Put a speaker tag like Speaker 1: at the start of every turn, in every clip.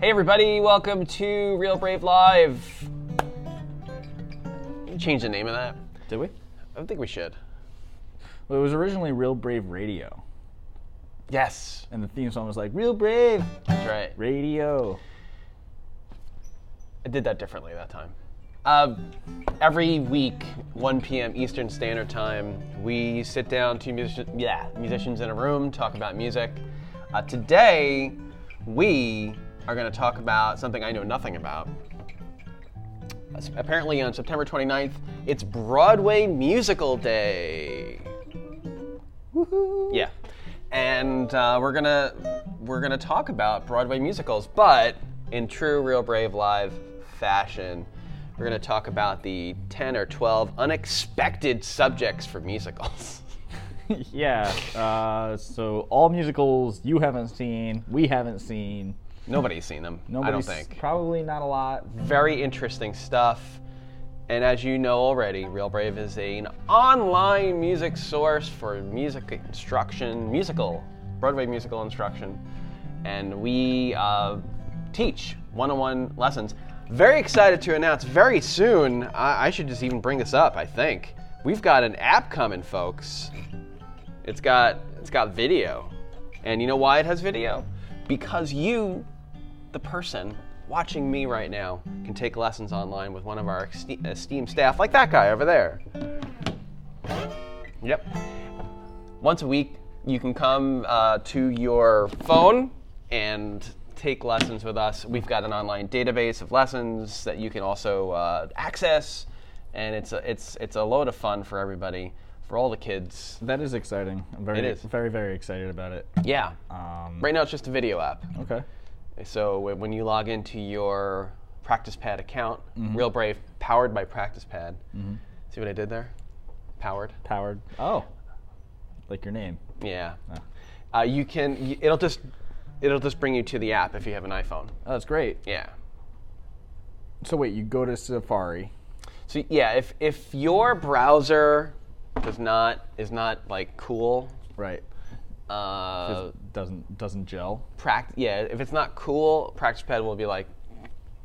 Speaker 1: Hey, everybody, welcome to Real Brave Live. We Change the name of that.
Speaker 2: Did we?
Speaker 1: I think we should.
Speaker 2: Well, it was originally Real Brave Radio,
Speaker 1: Yes,
Speaker 2: and the theme song was like Real Brave
Speaker 1: that's right.
Speaker 2: Radio.
Speaker 1: I did that differently that time. Uh, every week, 1 p.m. Eastern Standard Time, we sit down two music- yeah, musicians in a room, talk about music. Uh, today, we are going to talk about something I know nothing about. As- Apparently, on September 29th, it's Broadway Musical Day. Woohoo! Yeah, and uh, we're gonna we're gonna talk about Broadway musicals, but in true Real Brave Live fashion, we're gonna talk about the 10 or 12 unexpected subjects for musicals.
Speaker 2: yeah. Uh, so all musicals you haven't seen, we haven't seen.
Speaker 1: Nobody's seen them, I don't
Speaker 2: Nobody's-
Speaker 1: think.
Speaker 2: Probably not a lot.
Speaker 1: Very interesting stuff. And as you know already, Real Brave is an online music source for music instruction, musical, Broadway musical instruction. And we uh, teach one on one lessons. Very excited to announce very soon, I-, I should just even bring this up, I think. We've got an app coming, folks. It's got it's got video. And you know why it has video? Because you the person watching me right now can take lessons online with one of our este- esteemed staff, like that guy over there. Yep. Once a week, you can come uh, to your phone and take lessons with us. We've got an online database of lessons that you can also uh, access, and it's a, it's it's a load of fun for everybody, for all the kids.
Speaker 2: That is exciting. I'm very,
Speaker 1: It is.
Speaker 2: very, very excited about it.
Speaker 1: Yeah.
Speaker 2: Um,
Speaker 1: Right now, it's just a video app.
Speaker 2: okay.
Speaker 1: So wh- when you log into your PracticePad account,
Speaker 2: Mm-hmm.
Speaker 1: Real Brave, powered by PracticePad. See what I did there? Powered.
Speaker 2: Powered. Oh, like your name.
Speaker 1: Yeah.
Speaker 2: Ah.
Speaker 1: Uh, you can. y it'll just. It'll just bring you to the app if you have an iPhone.
Speaker 2: Oh, that's great.
Speaker 1: Yeah.
Speaker 2: So wait, you go to Safari.
Speaker 1: So yeah, if if your browser does not is not like cool,
Speaker 2: Right.
Speaker 1: uh,
Speaker 2: doesn't doesn't gel.
Speaker 1: pract- yeah, if it's not cool, PracticePad will be like,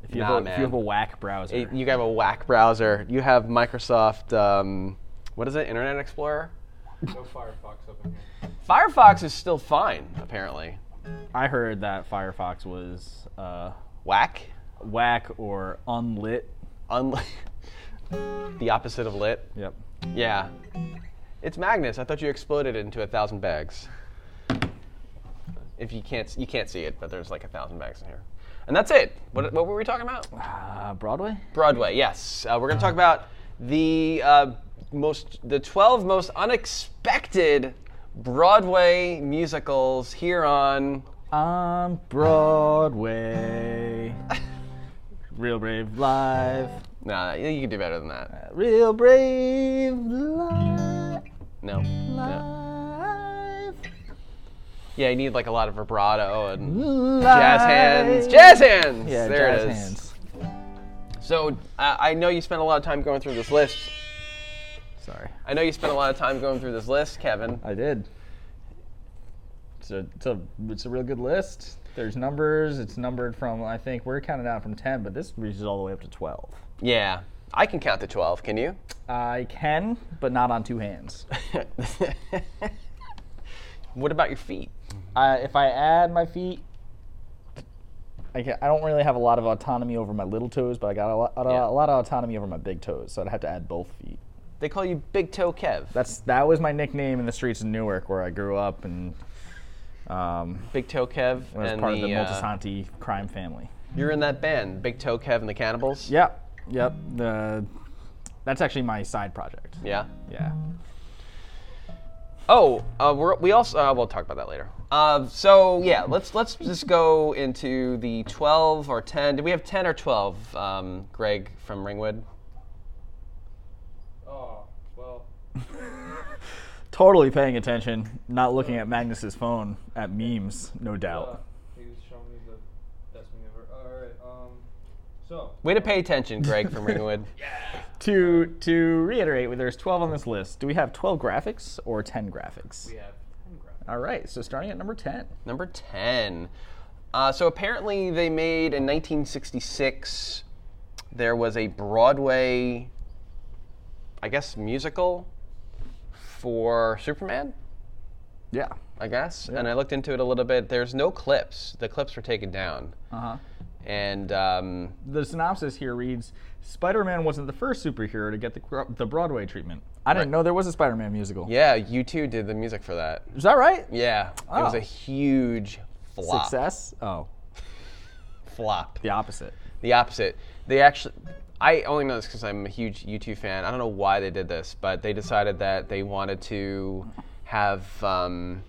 Speaker 2: If you,
Speaker 1: Nah,
Speaker 2: have, a, if
Speaker 1: man.
Speaker 2: you have a whack browser.
Speaker 1: It- You have a whack browser. You have Microsoft. Um, what is it? Internet Explorer. No Firefox up in here. Firefox is still fine, apparently.
Speaker 2: I heard that Firefox was uh,
Speaker 1: Whack,
Speaker 2: whack or unlit.
Speaker 1: unli- the opposite of lit.
Speaker 2: Yep.
Speaker 1: Yeah. It's Magnus. I thought you exploded into a thousand bags. If you can't, you can't see it, but there's like a thousand bags in here. And that's it. What, what were we talking about?
Speaker 2: Uh, Broadway?
Speaker 1: Broadway, yes. Uh, we're going to talk about the uh, most, the twelve most unexpected Broadway musicals here on.
Speaker 2: On Um, Broadway. Real Brave Live.
Speaker 1: Nah, you you can do better than that.
Speaker 2: Real Brave Live.
Speaker 1: No. no. Yeah, you need like a lot of vibrato and jazz hands. Jazz hands.
Speaker 2: Yeah,
Speaker 1: there
Speaker 2: jazz
Speaker 1: it is.
Speaker 2: hands.
Speaker 1: So uh, I know you spent a lot of time going through this list.
Speaker 2: Sorry.
Speaker 1: I know you spent a lot of time going through this list, Kevin.
Speaker 2: I did. It's a, it's a it's a real good list. There's numbers. It's numbered from I think we're counting out from ten, but this reaches all the way up to twelve.
Speaker 1: Yeah, I can count to twelve. Can you?
Speaker 2: I can, but not on two hands.
Speaker 1: what about your feet?
Speaker 2: I, Uh, if I add my feet, I, ca I don't really have a lot of autonomy over my little toes, but I got a lot, a,
Speaker 1: Yeah.
Speaker 2: lot of autonomy over my big toes, so I'd have to add both feet.
Speaker 1: They call you Big Toe Kev.
Speaker 2: That's that was my nickname in the streets of Newark, where I grew up and um,
Speaker 1: Big Toe Kev
Speaker 2: was
Speaker 1: and
Speaker 2: part of the
Speaker 1: uh,
Speaker 2: Multisanti crime family.
Speaker 1: you're in that band, Big Toe Kev and the Cannibals.
Speaker 2: Yep, yep. The that's actually my side project.
Speaker 1: Yeah.
Speaker 2: Yeah.
Speaker 1: Oh, uh, we're, we also uh, we'll talk about that later. Uh, so yeah, let's let's just go into the 12 or 10. Did we have 10 or 12? Um, Greg from Ringwood.
Speaker 3: Oh, well,
Speaker 2: Totally paying attention, not looking at Magnus's phone at memes, no
Speaker 3: uh,
Speaker 2: doubt.
Speaker 3: he was showing me the best meme ever. Alright, um, so.
Speaker 1: Way to pay attention, Greg from Ringwood.
Speaker 2: To to reiterate, there's 12 on this list. Do we have 12 graphics or 10 graphics?
Speaker 3: We have 10 graphics.
Speaker 2: All right, so starting at number 10.
Speaker 1: Number 10. Uh, so apparently, they made in 1966. There was a Broadway, I guess, musical for Superman.
Speaker 2: Yeah.
Speaker 1: I guess. And I looked into it a little bit. There's no clips. The clips were taken down.
Speaker 2: Uh huh.
Speaker 1: And um,
Speaker 2: The synopsis here reads: Spider-Man wasn't the first superhero to get the gro- the Broadway treatment. I didn't know there was a Spider-Man musical.
Speaker 1: yeah, you two did the music for that.
Speaker 2: Is that right?
Speaker 1: Yeah, it was
Speaker 2: Oh.
Speaker 1: a huge flop.
Speaker 2: Success. Oh,
Speaker 1: Flop.
Speaker 2: the opposite.
Speaker 1: The opposite. They actually. I only know this because I'm a huge U2 fan. I don't know why they did this, but they decided that they wanted to have um,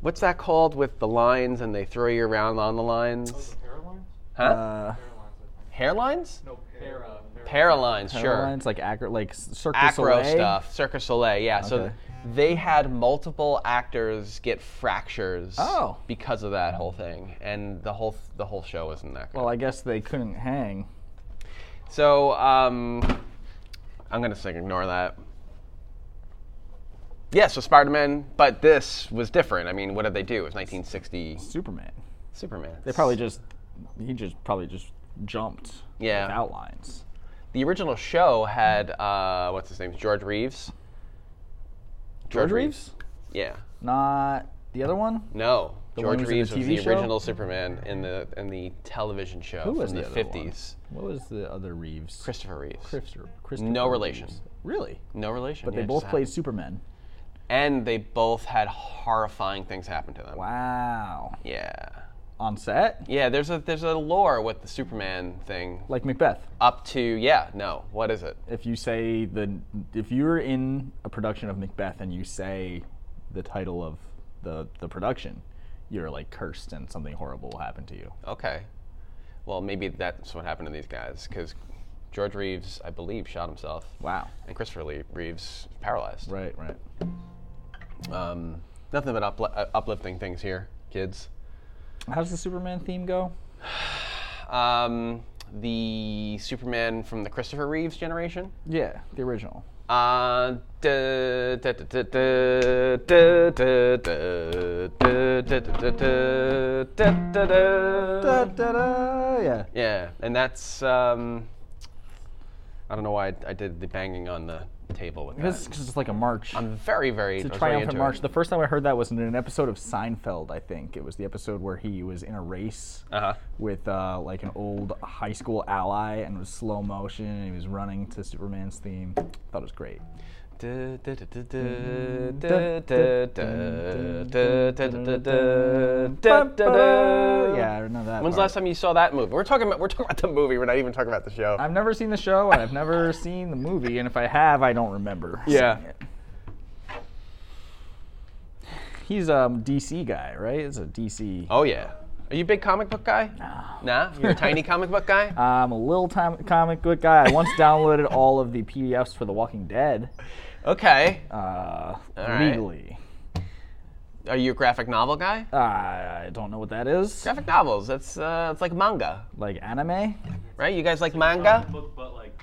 Speaker 1: what's that called with the lines and they throw you around on the lines,
Speaker 3: Paralines?
Speaker 1: huh?
Speaker 2: Uh,
Speaker 3: Paralines,
Speaker 1: Hairlines?
Speaker 3: I think. No, para.
Speaker 1: Paralines, sure.
Speaker 2: It's like acro, like Cirque du
Speaker 1: acro
Speaker 2: Soleil.
Speaker 1: stuff, Cirque du Soleil. Yeah. So
Speaker 2: Okay.
Speaker 1: they had multiple actors get fractures
Speaker 2: Oh.
Speaker 1: because of that whole thing, and the whole the whole show wasn't that good.
Speaker 2: Well, I guess they couldn't hang.
Speaker 1: so um, I'm gonna say ignore that. Yeah, so Spider-Man, but this was different. I mean, what did they do? It was 1960
Speaker 2: Superman.
Speaker 1: Superman.
Speaker 2: They probably just he just probably just jumped.
Speaker 1: Yeah.
Speaker 2: Without lines.
Speaker 1: the original show had uh, what's his name? George Reeves.
Speaker 2: George Reeves?
Speaker 1: Yeah.
Speaker 2: Not the other one.
Speaker 1: No,
Speaker 2: one
Speaker 1: George
Speaker 2: who's in the
Speaker 1: Reeves was
Speaker 2: TV
Speaker 1: the
Speaker 2: show?
Speaker 1: original Superman in the in the television show
Speaker 2: Who
Speaker 1: from
Speaker 2: was
Speaker 1: the,
Speaker 2: the other one?
Speaker 1: 50s.
Speaker 2: What was the other Reeves?
Speaker 1: Christopher Reeves.
Speaker 2: Christopher. Christopher
Speaker 1: No relation.
Speaker 2: Reeves. Really?
Speaker 1: No relation.
Speaker 2: But
Speaker 1: yeah,
Speaker 2: they
Speaker 1: it
Speaker 2: both
Speaker 1: just
Speaker 2: played
Speaker 1: happened.
Speaker 2: Superman.
Speaker 1: and they both had horrifying things happen to them.
Speaker 2: Wow.
Speaker 1: Yeah.
Speaker 2: On set,
Speaker 1: Yeah, there's a there's a lore with the Superman thing
Speaker 2: like Macbeth.
Speaker 1: up to yeah, no. What is it?
Speaker 2: If you say the, if you're in a production of Macbeth and you say the title of the the production, you're like cursed and something horrible will happen to you.
Speaker 1: Okay. Well, maybe that's what happened to these guys cuz George Reeves, I believe, shot himself.
Speaker 2: Wow.
Speaker 1: And Christopher Lee- Reeves paralyzed.
Speaker 2: Right. Right.
Speaker 1: Um, nothing but upli uh, uplifting things here, kids.
Speaker 2: How's the Superman theme go?
Speaker 1: um, the Superman from the Christopher Reeves generation.
Speaker 2: Yeah, the original.
Speaker 1: Uh, da- da- da- da- da- da- da- da- da- da- da- da- da- da- da- da.
Speaker 2: yeah.
Speaker 1: Yeah, and that's um, I don't know why I, I did the banging on the table with
Speaker 2: It's
Speaker 1: that.
Speaker 2: just like a march.
Speaker 1: I'm very, very
Speaker 2: It's
Speaker 1: I
Speaker 2: a
Speaker 1: was very
Speaker 2: triumphant
Speaker 1: into
Speaker 2: march.
Speaker 1: It.
Speaker 2: The first time I heard that was in an episode of Seinfeld, I think. It was the episode where he was in a race
Speaker 1: Uh-huh.
Speaker 2: with uh, like an old high school ally and it was slow motion and he was running to Superman's theme. Thought it was great.
Speaker 1: Da- da- da- da-
Speaker 2: Mm-hmm.
Speaker 1: da- da- da- da- da- da- da- da- da-
Speaker 2: Yeah, I remember that.
Speaker 1: When's the
Speaker 2: part.
Speaker 1: last time you saw that movie? We're talking about we're talking about the movie. We're not even talking about the show.
Speaker 2: I've never seen the show and I've never seen the movie, and if I have, I don't remember.
Speaker 1: Yeah.
Speaker 2: seeing it. He's a um, DC guy, right? It's a DC.
Speaker 1: oh yeah. Are you a big comic book guy? No. Uh, Nah, you're a tiny comic book guy.
Speaker 2: I'm um, a little time comic book guy. I once downloaded all of the PDFs for The Walking Dead
Speaker 1: Okay.
Speaker 2: uh,
Speaker 1: right.
Speaker 2: legally.
Speaker 1: Are you a graphic novel guy?
Speaker 2: Uh, I don't know what that is.
Speaker 1: Graphic novels. That's uh, it's like manga,
Speaker 2: Like anime?
Speaker 1: right? You guys like manga?
Speaker 3: Book, Um, but like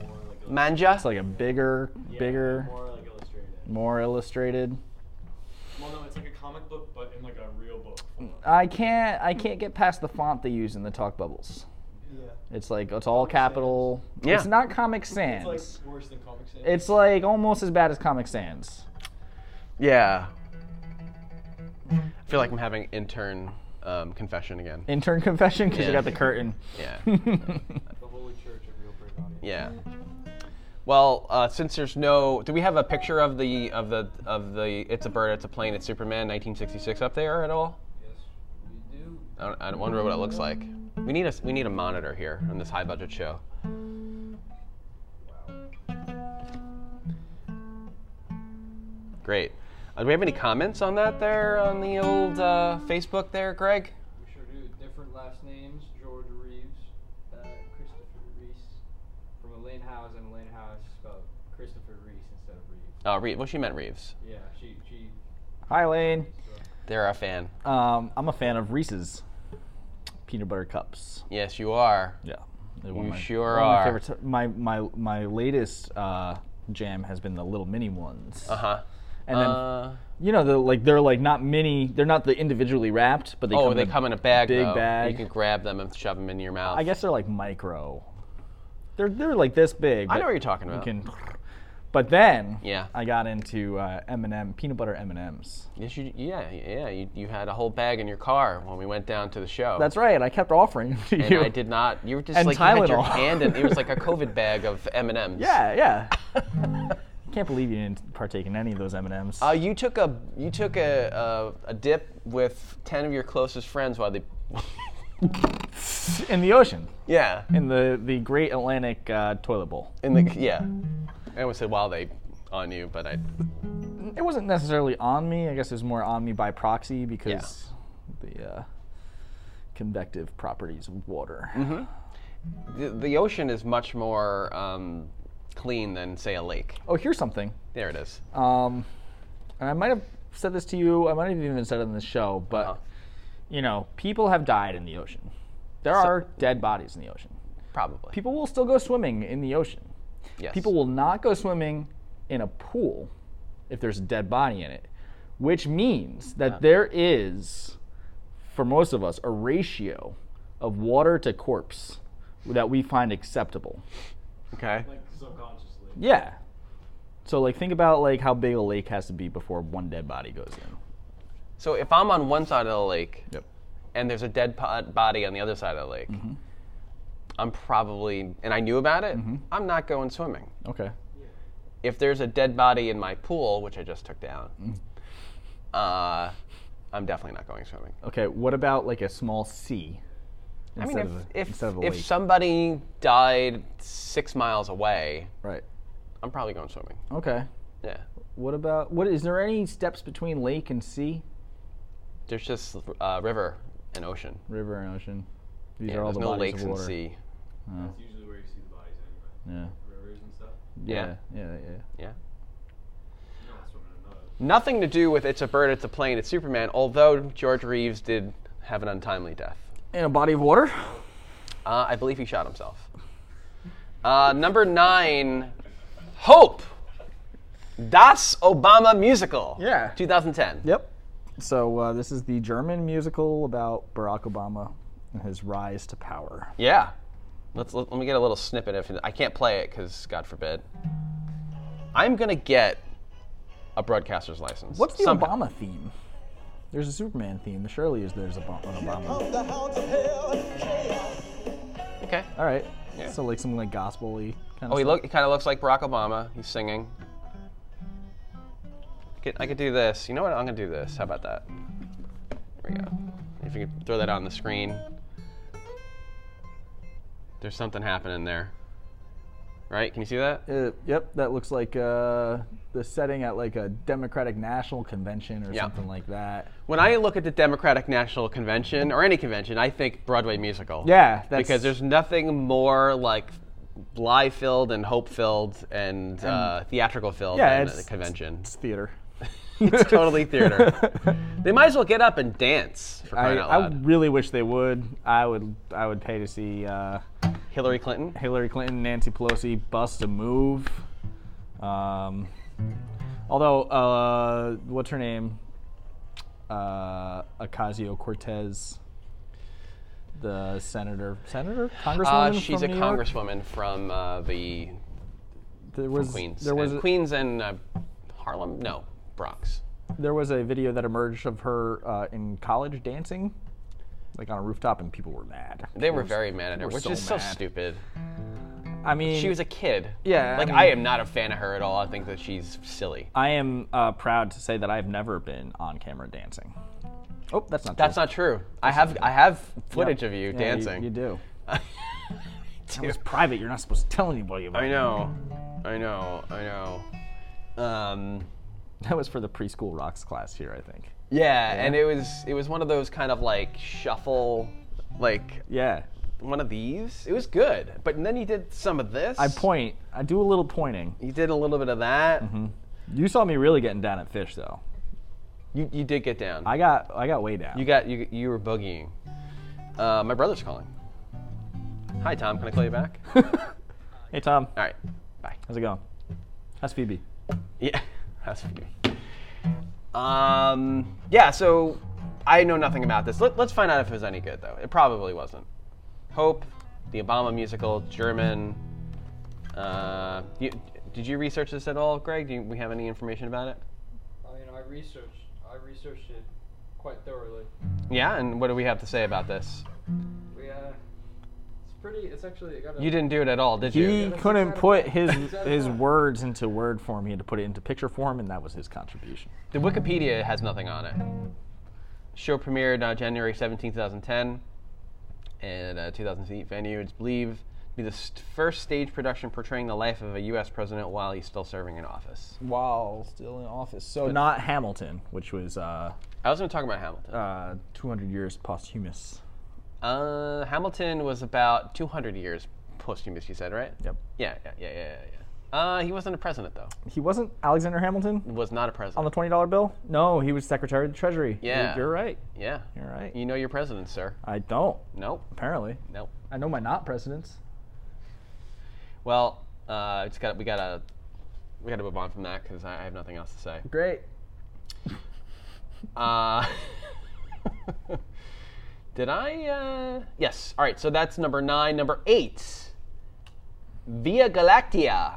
Speaker 3: more like illustrated.
Speaker 1: Manja.
Speaker 2: It's like a bigger, bigger,
Speaker 3: More like illustrated.
Speaker 2: more illustrated.
Speaker 3: Well, no, it's like a comic book, but in like a real book.
Speaker 2: I can't. I can't get past the font they use in the talk bubbles.
Speaker 3: Yeah.
Speaker 2: It's like it's all capital.
Speaker 1: Yeah.
Speaker 2: It's not Comic
Speaker 3: It's
Speaker 2: Sans.
Speaker 3: like worse than Comic Sans.
Speaker 2: It's like almost as bad as Comic Sans.
Speaker 1: yeah. I feel like I'm having intern um, confession again.
Speaker 2: Intern confession because
Speaker 1: Yeah.
Speaker 2: you got the curtain.
Speaker 1: Yeah.
Speaker 3: the Holy Church of Real Brave Audience.
Speaker 1: Yeah. Well, uh, since there's no, do we have a picture of the of the of the It's a Bird, It's a Plane, It's Superman, 1966 up there at all?
Speaker 3: Yes, we do.
Speaker 1: I, don't, I don't wonder what it looks like. We need a we need a monitor here on this high budget show.
Speaker 3: Wow.
Speaker 1: Great. Uh, do we have any comments on that there on the old uh, Facebook there, Greg?
Speaker 3: We sure do. Different last names: George Reeves, uh, Christopher Reese, from Elaine House, and Elaine House spelled Christopher Reese instead of Reeves.
Speaker 1: Uh, Reeves. Well, she meant Reeves.
Speaker 3: Yeah, she she.
Speaker 2: Hi, Lane.
Speaker 1: They're a fan.
Speaker 2: Um, I'm a fan of Reese's peanut butter cups.
Speaker 1: Yes, you are.
Speaker 2: Yeah. They're
Speaker 1: You
Speaker 2: of
Speaker 1: sure
Speaker 2: one of
Speaker 1: are.
Speaker 2: My, favorites. my my my latest uh, jam has been the little mini ones.
Speaker 1: Uh huh.
Speaker 2: and then
Speaker 1: Uh,
Speaker 2: you know the like they're like not mini. They're not the individually wrapped, but they
Speaker 1: oh,
Speaker 2: come
Speaker 1: they
Speaker 2: in a
Speaker 1: come in a bag.
Speaker 2: big
Speaker 1: though.
Speaker 2: bag.
Speaker 1: You can grab them and shove them in your mouth.
Speaker 2: I guess they're like micro. They're they're like this big.
Speaker 1: I
Speaker 2: but
Speaker 1: know what you're talking about.
Speaker 2: You can, but then
Speaker 1: Yeah.
Speaker 2: I got into uh, M&M peanut butter M&Ms.
Speaker 1: Yes, you, yeah, yeah. You, you had a whole bag in your car when we went down to the show.
Speaker 2: That's right. I kept offering them to
Speaker 1: Oh. And
Speaker 2: you.
Speaker 1: I did not. You were just
Speaker 2: And
Speaker 1: like you had your
Speaker 2: Tylenol.
Speaker 1: hand, and it was like a COVID bag of M and M's.
Speaker 2: Yeah, yeah. Can't believe you didn't partake in any of those M&Ms.
Speaker 1: Uh, you took a you took a, a a dip with ten of your closest friends while they.
Speaker 2: in the ocean,
Speaker 1: yeah.
Speaker 2: in the the Great Atlantic uh, toilet bowl.
Speaker 1: In the yeah. I almost said while they on you, but I.
Speaker 2: It wasn't necessarily on me. I guess it was more on me by proxy because the uh, convective properties of water.
Speaker 1: Mm-hmm. The, the ocean is much more um, clean than say a lake.
Speaker 2: Oh, here's something.
Speaker 1: There it is.
Speaker 2: Um, and I might have said this to you. I might have even said it on the show, but
Speaker 1: Uh-huh.
Speaker 2: you know, people have died in the ocean. There are dead bodies in the ocean.
Speaker 1: Probably.
Speaker 2: People will still go swimming in the ocean.
Speaker 1: yes.
Speaker 2: People will not go swimming in a pool if there's a dead body in it, which means that there is, for most of us, a ratio of water to corpse that we find acceptable.
Speaker 1: Okay.
Speaker 4: Like subconsciously.
Speaker 2: Yeah. So like think about like how big a lake has to be before one dead body goes in.
Speaker 1: So if I'm on one side of the lake,
Speaker 2: Yep.
Speaker 1: and there's a dead po- body on the other side of the lake, I'm probably, and I knew about it, I'm not going swimming.
Speaker 2: Okay.
Speaker 1: If there's a dead body in my pool, which I just took down, uh, I'm definitely not going swimming.
Speaker 2: Okay. What about like a small sea?
Speaker 1: I mean,
Speaker 2: Instead
Speaker 1: if,
Speaker 2: of a,
Speaker 1: if,
Speaker 2: instead of a
Speaker 1: if
Speaker 2: lake.
Speaker 1: somebody died six miles away,
Speaker 2: right.
Speaker 1: I'm probably going swimming.
Speaker 2: Okay.
Speaker 1: Yeah.
Speaker 2: What about what is there any steps between lake and sea?
Speaker 1: There's just uh, river and ocean.
Speaker 2: River and ocean. These
Speaker 1: Yeah,
Speaker 2: are all
Speaker 1: there's
Speaker 2: the
Speaker 1: no
Speaker 2: bodies
Speaker 1: lakes
Speaker 2: of
Speaker 1: and
Speaker 2: water. Uh.
Speaker 1: sea.
Speaker 4: That's usually where you see the bodies anyway.
Speaker 2: Yeah.
Speaker 4: Rivers and stuff.
Speaker 2: Yeah.
Speaker 1: Yeah.
Speaker 2: Yeah. Yeah.
Speaker 1: Yeah.
Speaker 4: No, that's what I know.
Speaker 1: Nothing to do with It's a Bird, It's a Plane, It's Superman, although George Reeves did have an untimely death.
Speaker 2: In a body of water.
Speaker 1: Uh, I believe he shot himself. Uh, number nine, Hope. Das Obama musical.
Speaker 2: Yeah.
Speaker 1: 2010.
Speaker 2: Yep. So uh, this is the German musical about Barack Obama and his rise to power.
Speaker 1: Yeah. Let's let, let me get a little snippet of it. I can't play it because God forbid. I'm gonna get a broadcaster's license.
Speaker 2: What's the
Speaker 1: Somehow.
Speaker 2: Obama theme? There's a Superman theme. Surely is there's a, bo- an Obama.
Speaker 5: Come the hounds of hell,
Speaker 1: Okay.
Speaker 2: All right.
Speaker 1: Yeah.
Speaker 2: So like some like gospel-y kind
Speaker 1: Oh,
Speaker 2: of.
Speaker 1: he look. He kind of looks like Barack Obama. He's singing. Could- I could do this. You know what? I'm gonna do this. How about that? There we go. If you could throw that on the screen. There's something happening there. Right? Can you see that?
Speaker 2: Uh, yep, that looks like uh, the setting at like a Democratic National Convention or
Speaker 1: Yeah.
Speaker 2: something like that.
Speaker 1: When I look at the Democratic National Convention or any convention, I think Broadway musical.
Speaker 2: Yeah, that's
Speaker 1: because there's nothing more like lie filled and hope filled and, uh, theatrical filled
Speaker 2: Yeah,
Speaker 1: than
Speaker 2: it's-
Speaker 1: a convention.
Speaker 2: it's theater.
Speaker 1: It's totally theater. They might as well get up and dance for
Speaker 2: I,
Speaker 1: crying out
Speaker 2: I
Speaker 1: loud.
Speaker 2: really wish they would. I would I would pay to see uh,
Speaker 1: Hillary Clinton.
Speaker 2: Hillary Clinton, Nancy Pelosi bust a move. Um, although uh, what's her name? Uh, Ocasio Cortez, the senator, senator, congresswoman.
Speaker 1: Uh, she's a
Speaker 2: from New York?
Speaker 1: congresswoman from uh, the
Speaker 2: There was
Speaker 1: Queens.
Speaker 2: there was
Speaker 1: and
Speaker 2: a-
Speaker 1: Queens and uh, Harlem. No, Bronx.
Speaker 2: there was a video that emerged of her uh, in college dancing, like on a rooftop, and people were mad.
Speaker 1: They were very mad at her,
Speaker 2: were
Speaker 1: which
Speaker 2: so
Speaker 1: is so
Speaker 2: mad.
Speaker 1: stupid.
Speaker 2: I mean,
Speaker 1: She was a kid.
Speaker 2: Yeah, I
Speaker 1: Like I,
Speaker 2: mean-
Speaker 1: am not a fan of her at all. I think that she's silly.
Speaker 2: I am uh, proud to say that I've never been on camera dancing. Oh, that's not.
Speaker 1: That's
Speaker 2: true.
Speaker 1: not true. I have I have
Speaker 2: Yeah.
Speaker 1: footage of you
Speaker 2: Yeah,
Speaker 1: dancing.
Speaker 2: You, do. It was private. You're not supposed to tell anybody about.
Speaker 1: I
Speaker 2: it.
Speaker 1: know. I know. I know. Um.
Speaker 2: That was for the preschool rocks class here, I think.
Speaker 1: Yeah, and it was it was one of those kind of like shuffle, like
Speaker 2: Yeah.
Speaker 1: one of these. It was good, but then you did some of this.
Speaker 2: I point. Mm-hmm. I do a little pointing.
Speaker 1: You did a little bit of that.
Speaker 2: You saw me really getting down at fish, though.
Speaker 1: You you did get down.
Speaker 2: I got I got way down.
Speaker 1: you got you you were boogieing. Uh, my brother's calling. Hi Tom, can I call you back? All
Speaker 2: hey Tom,
Speaker 1: right, bye.
Speaker 2: how's it going? How's Phoebe?
Speaker 1: Yeah, that's for you. Um, yeah, so I know nothing about this. Let, let's find out if it was any good, though. It probably wasn't. Hope, the Obama musical, German. Uh, you, did you research this at all, Greg? Do you, we have any information about it?
Speaker 3: I mean, I researched. I researched it quite thoroughly.
Speaker 1: Yeah, and what do we have to say about this?
Speaker 3: We uh, it's pretty. It's actually. It got a,
Speaker 1: You didn't do it at all, did you?
Speaker 2: He
Speaker 3: that's
Speaker 2: couldn't
Speaker 3: exactly-
Speaker 2: put his
Speaker 3: exactly
Speaker 2: his
Speaker 3: right.
Speaker 2: words into word form. He had to put it into picture form, and that was his contribution.
Speaker 1: The Wikipedia has nothing on it. Show premiered uh, January 17, 2010, and a 2,000 uh, seat venue. It's believed to be the st- first stage production portraying the life of a U.S. president while he's still serving in office.
Speaker 2: While still in office, so not Hamilton, which was uh,
Speaker 1: I was going to talk about Hamilton.
Speaker 2: uh, 200 years posthumous.
Speaker 1: Uh, Hamilton was about 200 years posthumous, you said, right?
Speaker 2: Yep.
Speaker 1: Yeah, yeah, yeah, yeah, yeah. yeah. Uh, he wasn't a president, though.
Speaker 2: He wasn't Alexander Hamilton
Speaker 1: Was not a
Speaker 2: on
Speaker 1: president.
Speaker 2: the twenty dollar bill. No, he was Secretary of the Treasury. You're-
Speaker 1: Yeah.
Speaker 2: you're right.
Speaker 1: yeah.
Speaker 2: You're right.
Speaker 1: You know your president, sir.
Speaker 2: I don't.
Speaker 1: Nope.
Speaker 2: Apparently,
Speaker 1: Nope.
Speaker 2: I know my not presidents.
Speaker 1: Well, uh, it's got we gotta we gotta move on from that because I, I have nothing else to say.
Speaker 2: Great.
Speaker 1: Uh, did I? Uh, yes. All right. So that's number nine. Number eight. Via Galactia.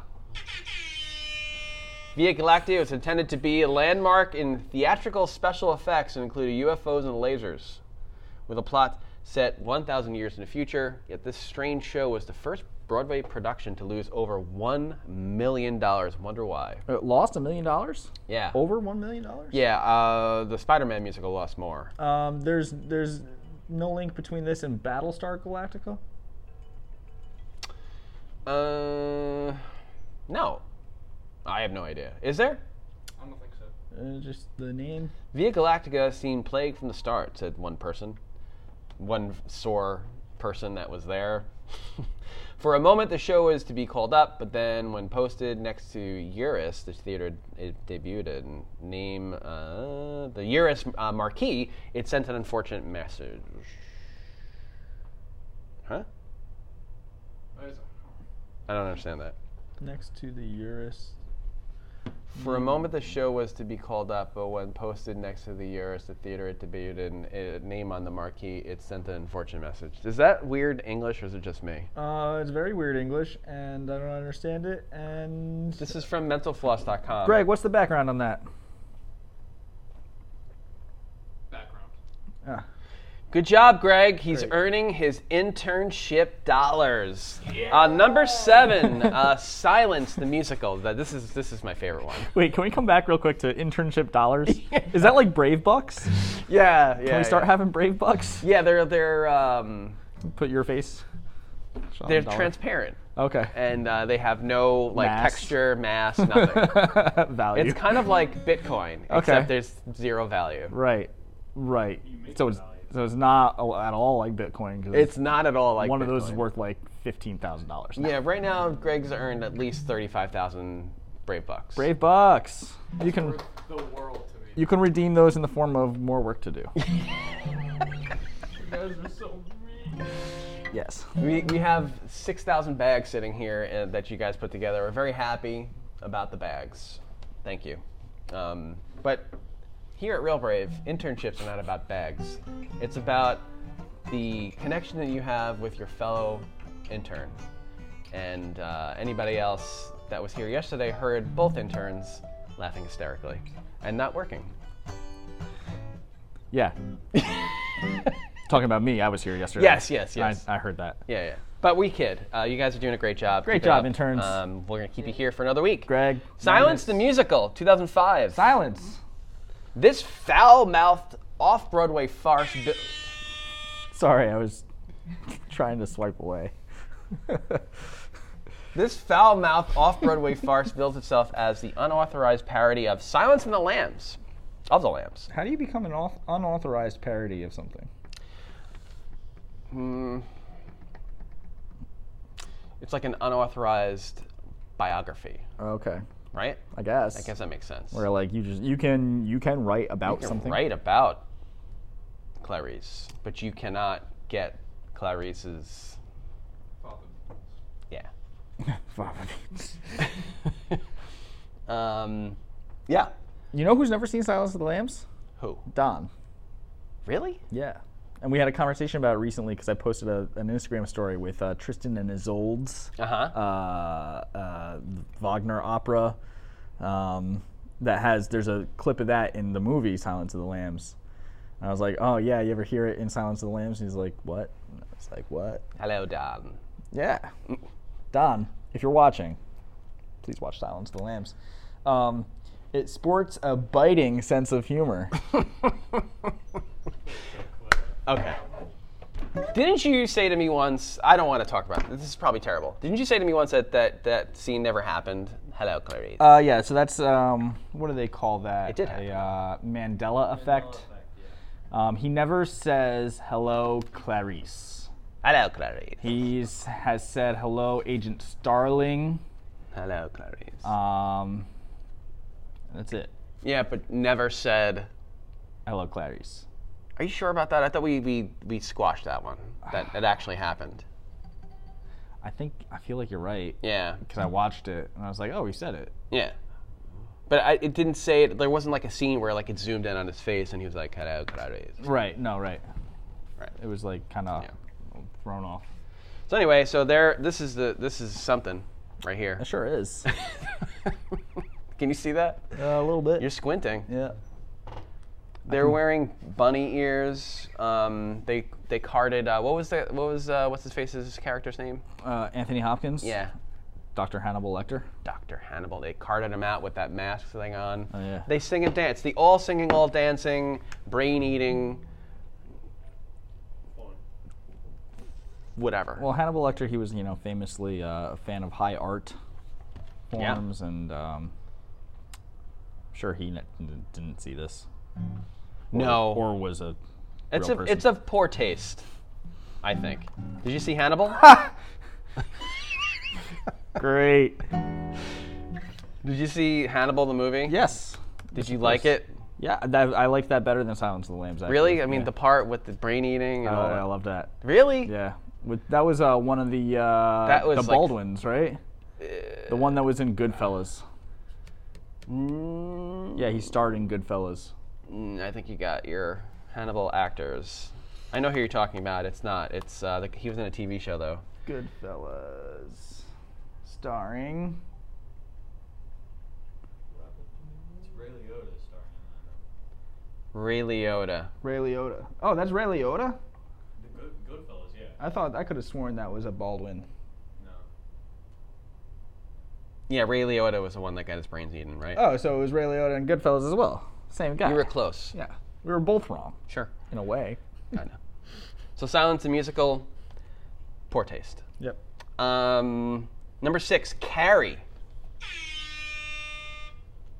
Speaker 1: Via Galactia was intended to be a landmark in theatrical special effects and included UFOs and lasers, with a plot set 1,000 years in the future. Yet this strange show was the first Broadway production to lose over one million dollars. Wonder why?
Speaker 2: It Uh, lost a million dollars.
Speaker 1: Yeah.
Speaker 2: Over one million dollars.
Speaker 1: Yeah. Uh, the Spider-Man musical lost more.
Speaker 2: Um, there's there's no link between this and Battlestar Galactica.
Speaker 1: Uh, no, I have no idea. Is there?
Speaker 3: I don't think so.
Speaker 2: Uh, just the name.
Speaker 1: Via Galactica seemed plagued from the start," said one person, one sore person that was there. For a moment, the show was to be called up, but then when posted next to Eurus, the theater it debuted in, name uh, the Eurus uh, marquee, it sent an unfortunate message. Huh?
Speaker 4: I just-
Speaker 1: I don't understand that.
Speaker 2: Next to the Eurus. Mm.
Speaker 1: For a moment, the show was to be called up, but when posted next to the Eurus, the theater it debuted in a name on the marquee, it sent an unfortunate message. Is that weird English or is it just me?
Speaker 2: Uh, it's very weird English, and I don't understand it. And
Speaker 1: This is from mentalfloss.com.
Speaker 2: Greg, what's the background on that?
Speaker 4: Background.
Speaker 2: Ah.
Speaker 1: Good job, Greg. He's
Speaker 2: Greg.
Speaker 1: earning his internship dollars. Uh, number seven, uh, Silence the Musical. Th- This is, this is my favorite one.
Speaker 2: Wait, can we come back real quick to internship dollars? Is that like Brave Bucks? Can
Speaker 1: Yeah, yeah.
Speaker 2: we start
Speaker 1: yeah.
Speaker 2: having Brave Bucks?
Speaker 1: Yeah, they're, they're, um,
Speaker 2: Put your face. Sean
Speaker 1: they're
Speaker 2: Dollar.
Speaker 1: transparent.
Speaker 2: Okay.
Speaker 1: And uh, they have no like
Speaker 2: Mass.
Speaker 1: texture, mass, nothing.
Speaker 2: Value.
Speaker 1: It's kind of like Bitcoin,
Speaker 2: Okay.
Speaker 1: except there's zero value.
Speaker 2: Right, right.
Speaker 4: make
Speaker 2: So
Speaker 4: the
Speaker 2: it's
Speaker 4: value.
Speaker 2: so it's not a- at all like Bitcoin. 'cause
Speaker 1: It's not at all like
Speaker 2: one of those is
Speaker 1: Bitcoin.
Speaker 2: worth like fifteen thousand dollars.
Speaker 1: Yeah, right now Greg's earned at least thirty-five thousand brave bucks.
Speaker 2: Brave bucks. You can
Speaker 4: Worth the world to me.
Speaker 2: you can redeem those in the form of more work to do.
Speaker 4: You guys are so mean.
Speaker 2: yes.
Speaker 1: We, we have six thousand bags sitting here uh, that you guys put together. We're very happy about the bags. Thank you. Um, but here at Real Brave, internships are not about bags. It's about the connection that you have with your fellow intern. And uh, anybody else that was here yesterday heard both interns laughing hysterically and not working.
Speaker 2: Yeah. Talking about me, I was here yesterday.
Speaker 1: Yes, yes, yes.
Speaker 2: I, I heard that.
Speaker 1: Yeah, yeah. But we kid. Uh, you guys are doing a great job.
Speaker 2: Great
Speaker 1: Keep it
Speaker 2: job,
Speaker 1: up.
Speaker 2: interns.
Speaker 1: Um, we're going to keep you here for another week.
Speaker 2: Greg.
Speaker 1: Silence
Speaker 2: minus-
Speaker 1: the Musical, 2005.
Speaker 2: Silence.
Speaker 1: this foul mouthed off Broadway farce. Bu-
Speaker 2: Sorry, I was trying to swipe away.
Speaker 1: this foul mouthed off Broadway farce builds itself as the unauthorized parody of Silence and the Lambs. Of the Lambs.
Speaker 2: How do you become an auth- unauthorized parody of something?
Speaker 1: Hmm. It's like an unauthorized biography,
Speaker 2: Okay,
Speaker 1: right?
Speaker 2: I guess.
Speaker 1: I guess that makes sense.
Speaker 2: Where like you just you can you can write about
Speaker 1: You can
Speaker 2: something.
Speaker 1: write about Clarice, but you cannot get Clarice's.
Speaker 4: Papa Beans.
Speaker 1: Yeah.
Speaker 2: Vomit.
Speaker 1: um, yeah.
Speaker 2: You know who's never seen Silence of the Lambs?
Speaker 1: Who?
Speaker 2: Don.
Speaker 1: Really?
Speaker 2: Yeah. And we had a conversation about it recently because I posted a, an Instagram story with uh, Tristan and Isolde's
Speaker 1: Uh huh.
Speaker 2: uh, uh, Wagner opera um, that has, there's a clip of that in the movie Silence of the Lambs. And I was like, oh, yeah, you ever hear it in Silence of the Lambs? And he's like, what? And I was like, what?
Speaker 1: Hello, Don.
Speaker 2: Yeah. Don, if you're watching, please watch Silence of the Lambs. Um, it sports a biting sense of humor.
Speaker 1: Okay. Didn't you say to me once? I don't want to talk about this. This is probably terrible. Didn't you say to me once that that, that scene never happened? Hello, Clarice.
Speaker 2: uh, yeah, so that's um, what do they call that?
Speaker 1: It did
Speaker 2: A,
Speaker 1: happen.
Speaker 2: uh, Mandela effect.
Speaker 3: yeah.
Speaker 2: Um, he never says hello, Clarice.
Speaker 1: Hello, Clarice.
Speaker 2: He's has said hello, Agent Starling.
Speaker 1: Hello, Clarice.
Speaker 2: Um, that's it.
Speaker 1: yeah, but never said.
Speaker 2: Hello, Clarice.
Speaker 1: Are you sure about that? I thought we we, we squashed that one. That it actually happened.
Speaker 2: I think I feel like you're right
Speaker 1: Yeah.
Speaker 2: because I watched it and I was like, oh, he said it.
Speaker 1: Yeah. But I, it didn't say it. There wasn't like a scene where like it zoomed in on his face and he was like, "Hello, Clarice."
Speaker 2: Right. No. Right.
Speaker 1: Right.
Speaker 2: It was like kind of thrown off.
Speaker 1: So anyway, so there. This is the this is something right here.
Speaker 2: It sure is. Uh,
Speaker 1: Can you see that?
Speaker 2: a little bit.
Speaker 1: You're squinting.
Speaker 2: yeah.
Speaker 1: They're wearing bunny ears. Um, they they carded. Uh, what was the what was uh, what's his face's character's name?
Speaker 2: Uh, Anthony Hopkins.
Speaker 1: Yeah,
Speaker 2: Dr. Hannibal Lecter.
Speaker 1: Doctor Hannibal. They carded him out with that mask thing on.
Speaker 2: Oh, yeah.
Speaker 1: They sing and dance. The all singing, all dancing, brain eating,
Speaker 4: Fun.
Speaker 1: whatever.
Speaker 2: Well, Hannibal Lecter, he was you know famously uh, a fan of high art
Speaker 1: Yeah.
Speaker 2: forms, and um, sure he n- n- didn't see this.
Speaker 1: no,
Speaker 2: Or was a.
Speaker 1: it's
Speaker 2: real
Speaker 1: of
Speaker 2: person.
Speaker 1: it's of poor taste. I think. Did you see Hannibal?
Speaker 2: Great.
Speaker 1: Did you see Hannibal the movie?
Speaker 2: Yes.
Speaker 1: Did you like it?
Speaker 2: Yeah, that, I like that better than Silence of the Lambs. Actually.
Speaker 1: Really? I mean,
Speaker 2: Yeah.
Speaker 1: the part with the brain eating
Speaker 2: Oh,
Speaker 1: and all
Speaker 2: I
Speaker 1: that.
Speaker 2: love that.
Speaker 1: Really?
Speaker 2: Yeah, with that was uh, one of the uh,
Speaker 1: That was
Speaker 2: the
Speaker 1: like-
Speaker 2: Baldwins, right? the one that was in Goodfellas.
Speaker 1: Mm,
Speaker 2: Yeah, he starred in Goodfellas.
Speaker 1: Mm, I think you got your Hannibal actors. I know who you're talking about. It's not. It's uh, the, he was in a TV show though.
Speaker 2: Goodfellas, starring.
Speaker 3: It's Ray Liotta starring in that.
Speaker 1: Ray Liotta.
Speaker 2: Ray Liotta. Oh, that's Ray Liotta.
Speaker 4: The good, Goodfellas, yeah.
Speaker 2: I thought I could have sworn that was a Baldwin.
Speaker 4: No.
Speaker 1: Yeah, Ray Liotta was the one that got his brains eaten, right?
Speaker 2: Oh, so it was Ray Liotta and Goodfellas as well. Same guy.
Speaker 1: You were close.
Speaker 2: yeah, we were both wrong
Speaker 1: Sure.
Speaker 2: in a way.
Speaker 1: I know. So Silence the Musical, poor taste.
Speaker 2: Yep.
Speaker 1: Um, number six, Carrie.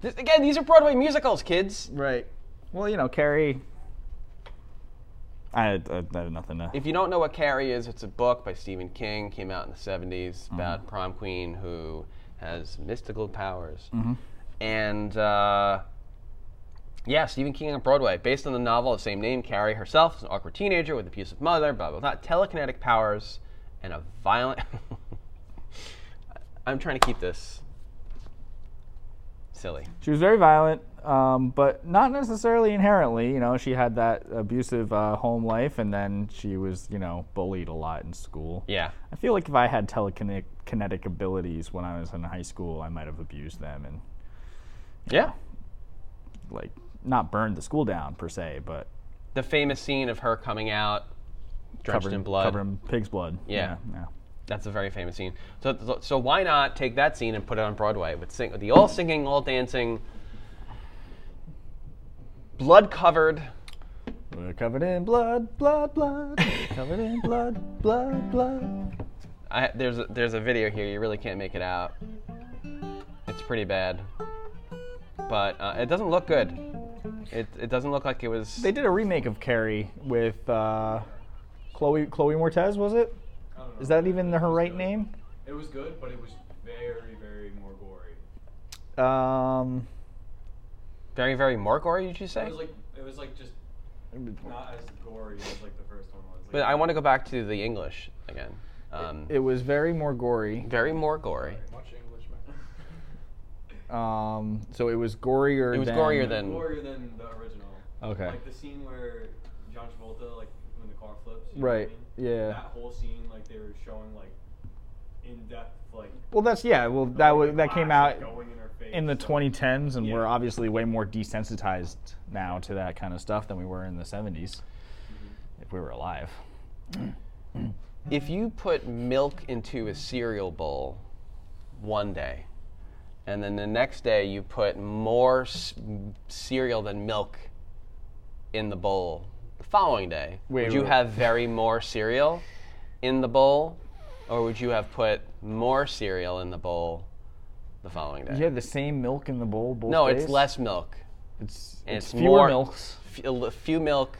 Speaker 1: This, again, these are Broadway musicals, kids.
Speaker 2: Right. Well, you know, Carrie. I, I, I have nothing to.
Speaker 1: If you don't know what Carrie is, it's a book by Stephen King, came out in the 70s,
Speaker 2: Mm-hmm.
Speaker 1: about a prom queen who has mystical powers.
Speaker 2: Mm-hmm.
Speaker 1: And uh, yeah, Stephen King on Broadway, based on the novel of same name, Carrie herself is an awkward teenager with abusive mother, blah, blah, blah, telekinetic powers, and a violent. I'm trying to keep this silly.
Speaker 2: She was very violent, um, but not necessarily inherently. You know, she had that abusive uh, home life, and then she was, you know, bullied a lot in school.
Speaker 1: Yeah.
Speaker 2: I feel like if I had telekinetic kinetic abilities when I was in high school, I might have abused them and
Speaker 1: Yeah.
Speaker 2: like not burned the school down per se, but
Speaker 1: The famous scene of her coming out drenched
Speaker 2: covered
Speaker 1: in blood.
Speaker 2: covered in pig's blood.
Speaker 1: Yeah.
Speaker 2: yeah. yeah.
Speaker 1: That's a very famous scene. So, so, so why not take that scene and put it on Broadway with, sing, with the all singing, all dancing, blood covered.
Speaker 2: We're covered in blood, blood, blood. covered in blood, blood, blood.
Speaker 1: I, there's a, there's a video here. You really can't make it out. It's pretty bad, but uh, it doesn't look good. It, it doesn't look like it was.
Speaker 2: They did a remake of Carrie with uh, Chloe Chloe Mortez, was it?
Speaker 4: I don't know.
Speaker 2: Is that even her
Speaker 4: It was
Speaker 2: right
Speaker 4: good.
Speaker 2: name?
Speaker 4: It was good, but it was very, very more gory.
Speaker 2: Um,
Speaker 1: very very more gore, did you say?
Speaker 4: It was like, it was like just not as gory as like the first one was. Like,
Speaker 1: but I want to go back to the English again. Um,
Speaker 2: it was very more gory.
Speaker 1: very more gory.
Speaker 4: Much English, man.
Speaker 2: Um, so it was gorier.
Speaker 1: It was
Speaker 2: than,
Speaker 1: gorier than-
Speaker 4: Gorier than the original.
Speaker 2: Okay.
Speaker 4: Like the scene where John Travolta, like when the car flips. you know what I
Speaker 2: Right.
Speaker 4: mean?
Speaker 2: Yeah.
Speaker 4: That whole scene, like they were showing, like in depth, like.
Speaker 2: Well, that's yeah. Well,
Speaker 4: the
Speaker 2: that
Speaker 4: way
Speaker 2: was,
Speaker 4: the
Speaker 2: that came
Speaker 4: glass
Speaker 2: out
Speaker 4: is going in, her face,
Speaker 2: in the
Speaker 4: like-
Speaker 2: 2010s, and we're
Speaker 4: Yeah.
Speaker 2: obviously way more desensitized now to that kind of stuff than we were in the 70s, if we were alive.
Speaker 1: If you put milk into a cereal bowl one day, and then the next day you put more s- cereal than milk in the bowl the following day,
Speaker 2: Wait,
Speaker 1: would
Speaker 2: wait,
Speaker 1: you
Speaker 2: wait.
Speaker 1: have very more cereal in the bowl, or would you have put more cereal in the bowl the following day?
Speaker 2: You had the same milk in the bowl. Both
Speaker 1: no, it's
Speaker 2: days?
Speaker 1: less milk.
Speaker 2: It's,
Speaker 1: and it's
Speaker 2: it's fewer
Speaker 1: more-
Speaker 2: milks.
Speaker 1: F- a l- few milk,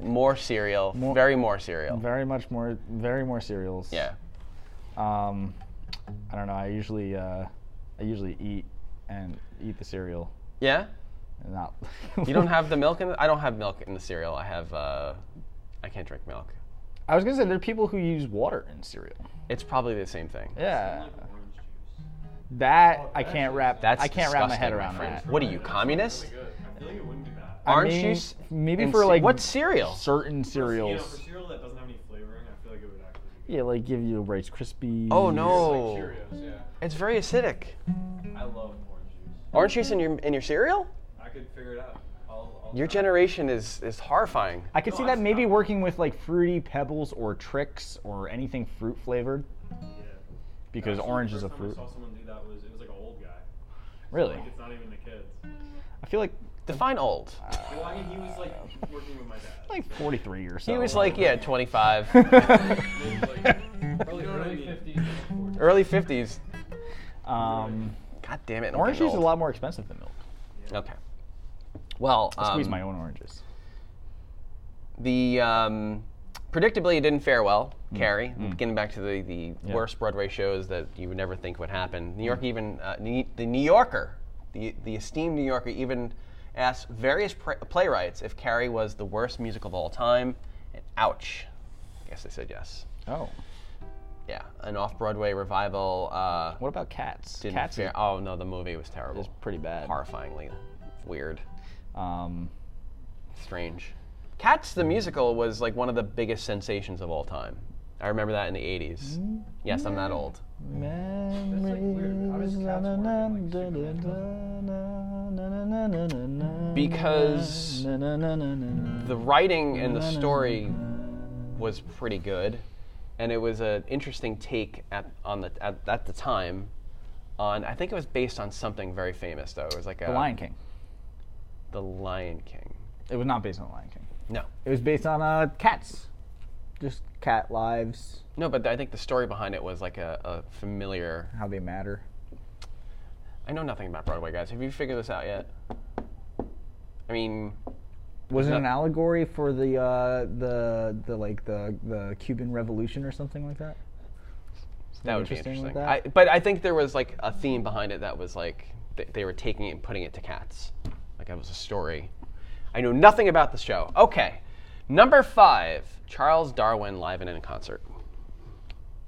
Speaker 1: more cereal,
Speaker 2: More-
Speaker 1: very more cereal.
Speaker 2: Very much more. Very more cereals.
Speaker 1: yeah.
Speaker 2: Um, I don't know. I usually uh, I usually eat and eat the cereal.
Speaker 1: Yeah?
Speaker 2: And not.
Speaker 1: You don't have the milk in the, I don't have milk in the cereal. I have uh, I can't drink milk.
Speaker 2: I was gonna say there are people who use water in cereal.
Speaker 1: It's probably the same thing.
Speaker 2: Yeah.
Speaker 4: Like orange juice.
Speaker 2: That
Speaker 4: Oh,
Speaker 2: I
Speaker 4: that
Speaker 2: can't
Speaker 4: shit
Speaker 2: wrap.
Speaker 1: That's
Speaker 2: I can't wrap my
Speaker 1: disgusting,
Speaker 2: head around
Speaker 1: friend.
Speaker 2: that.
Speaker 1: What are you, communist?
Speaker 4: Really good. I feel like it wouldn't be bad.
Speaker 2: I
Speaker 1: Orange
Speaker 2: mean,
Speaker 1: juice?
Speaker 2: Maybe
Speaker 1: and
Speaker 2: for
Speaker 1: ce-
Speaker 2: like
Speaker 1: what cereal?
Speaker 2: certain
Speaker 4: You know,
Speaker 2: cereals.
Speaker 4: for cereal that doesn't have any flavoring, I feel like it would actually be
Speaker 2: Yeah, like give you Rice Krispies.
Speaker 1: Oh, no.
Speaker 4: good. Cheerios, yeah.
Speaker 1: It's very acidic.
Speaker 4: I love orange juice.
Speaker 1: Orange juice in your in your cereal?
Speaker 4: I could figure it out. I'll, I'll
Speaker 1: Your
Speaker 4: try.
Speaker 1: generation is is horrifying.
Speaker 2: I could
Speaker 4: No,
Speaker 2: see
Speaker 4: that's
Speaker 2: that maybe
Speaker 4: not-
Speaker 2: working with like fruity pebbles or tricks or anything fruit flavored
Speaker 4: Yeah.
Speaker 2: because
Speaker 4: Actually,
Speaker 2: orange
Speaker 4: the
Speaker 2: is a
Speaker 4: first time
Speaker 2: fruit.
Speaker 4: I saw someone do that was it was like an old guy.
Speaker 2: Really?
Speaker 4: Like it's not even the kids.
Speaker 2: I feel like
Speaker 1: Define old.
Speaker 2: Uh,
Speaker 4: Well, I mean, he was like working with my dad.
Speaker 2: like 43 or so.
Speaker 1: He was like, yeah, 25,
Speaker 4: Probably
Speaker 3: Early 50s.
Speaker 1: early 50s.
Speaker 2: um,
Speaker 1: God damn it. I'm
Speaker 2: orange
Speaker 1: getting
Speaker 2: juice is a
Speaker 1: old.
Speaker 2: lot more expensive than milk.
Speaker 1: Okay. Well,
Speaker 2: I squeeze
Speaker 1: um,
Speaker 2: my own oranges.
Speaker 1: The um, predictably, it didn't fare well. Carrie, getting back to the, the
Speaker 2: Mm. Yeah. Mm.
Speaker 1: worst Broadway shows that you would never think would happen. New York even uh, New, the New Yorker, the the esteemed New Yorker, even asked various pra- playwrights if Carrie was the worst musical of all time, and ouch, I guess they said yes.
Speaker 2: Oh,
Speaker 1: Yeah, an off Broadway revival uh,
Speaker 2: what about cats?
Speaker 1: didn't
Speaker 2: cats
Speaker 1: fare.
Speaker 2: is,
Speaker 1: Oh no, the movie was terrible.
Speaker 2: is pretty bad.
Speaker 1: horrifyingly weird.
Speaker 2: Um,
Speaker 1: strange. Cats the musical was like one of the biggest sensations of all time. I remember that in the 80s. Yes, I'm that old.
Speaker 3: weird. How does cats work in, like,
Speaker 1: Because The writing and the story was pretty good, and it was an interesting take at on the at, at the time. On I think it was based on something very famous though. It was like a
Speaker 2: The Lion King.
Speaker 1: The Lion King.
Speaker 2: It was not based on The Lion King.
Speaker 1: No,
Speaker 2: It was based on uh, cats, just cat lives,
Speaker 1: no, but I think the story behind it was like a, a familiar.
Speaker 2: how they matter.
Speaker 1: I know nothing about Broadway guys. Have you figured this out yet? I mean,
Speaker 2: Was it
Speaker 1: No.
Speaker 2: an allegory for the uh, the the like the the Cuban Revolution or something like that?
Speaker 1: That would be
Speaker 2: interesting
Speaker 1: interesting.
Speaker 2: with
Speaker 1: I, but I think there was like a theme behind it that was like th- they were taking it and putting it to cats. Like it was a story. I know nothing about the show. Okay, number five: Charles Darwin live and in concert.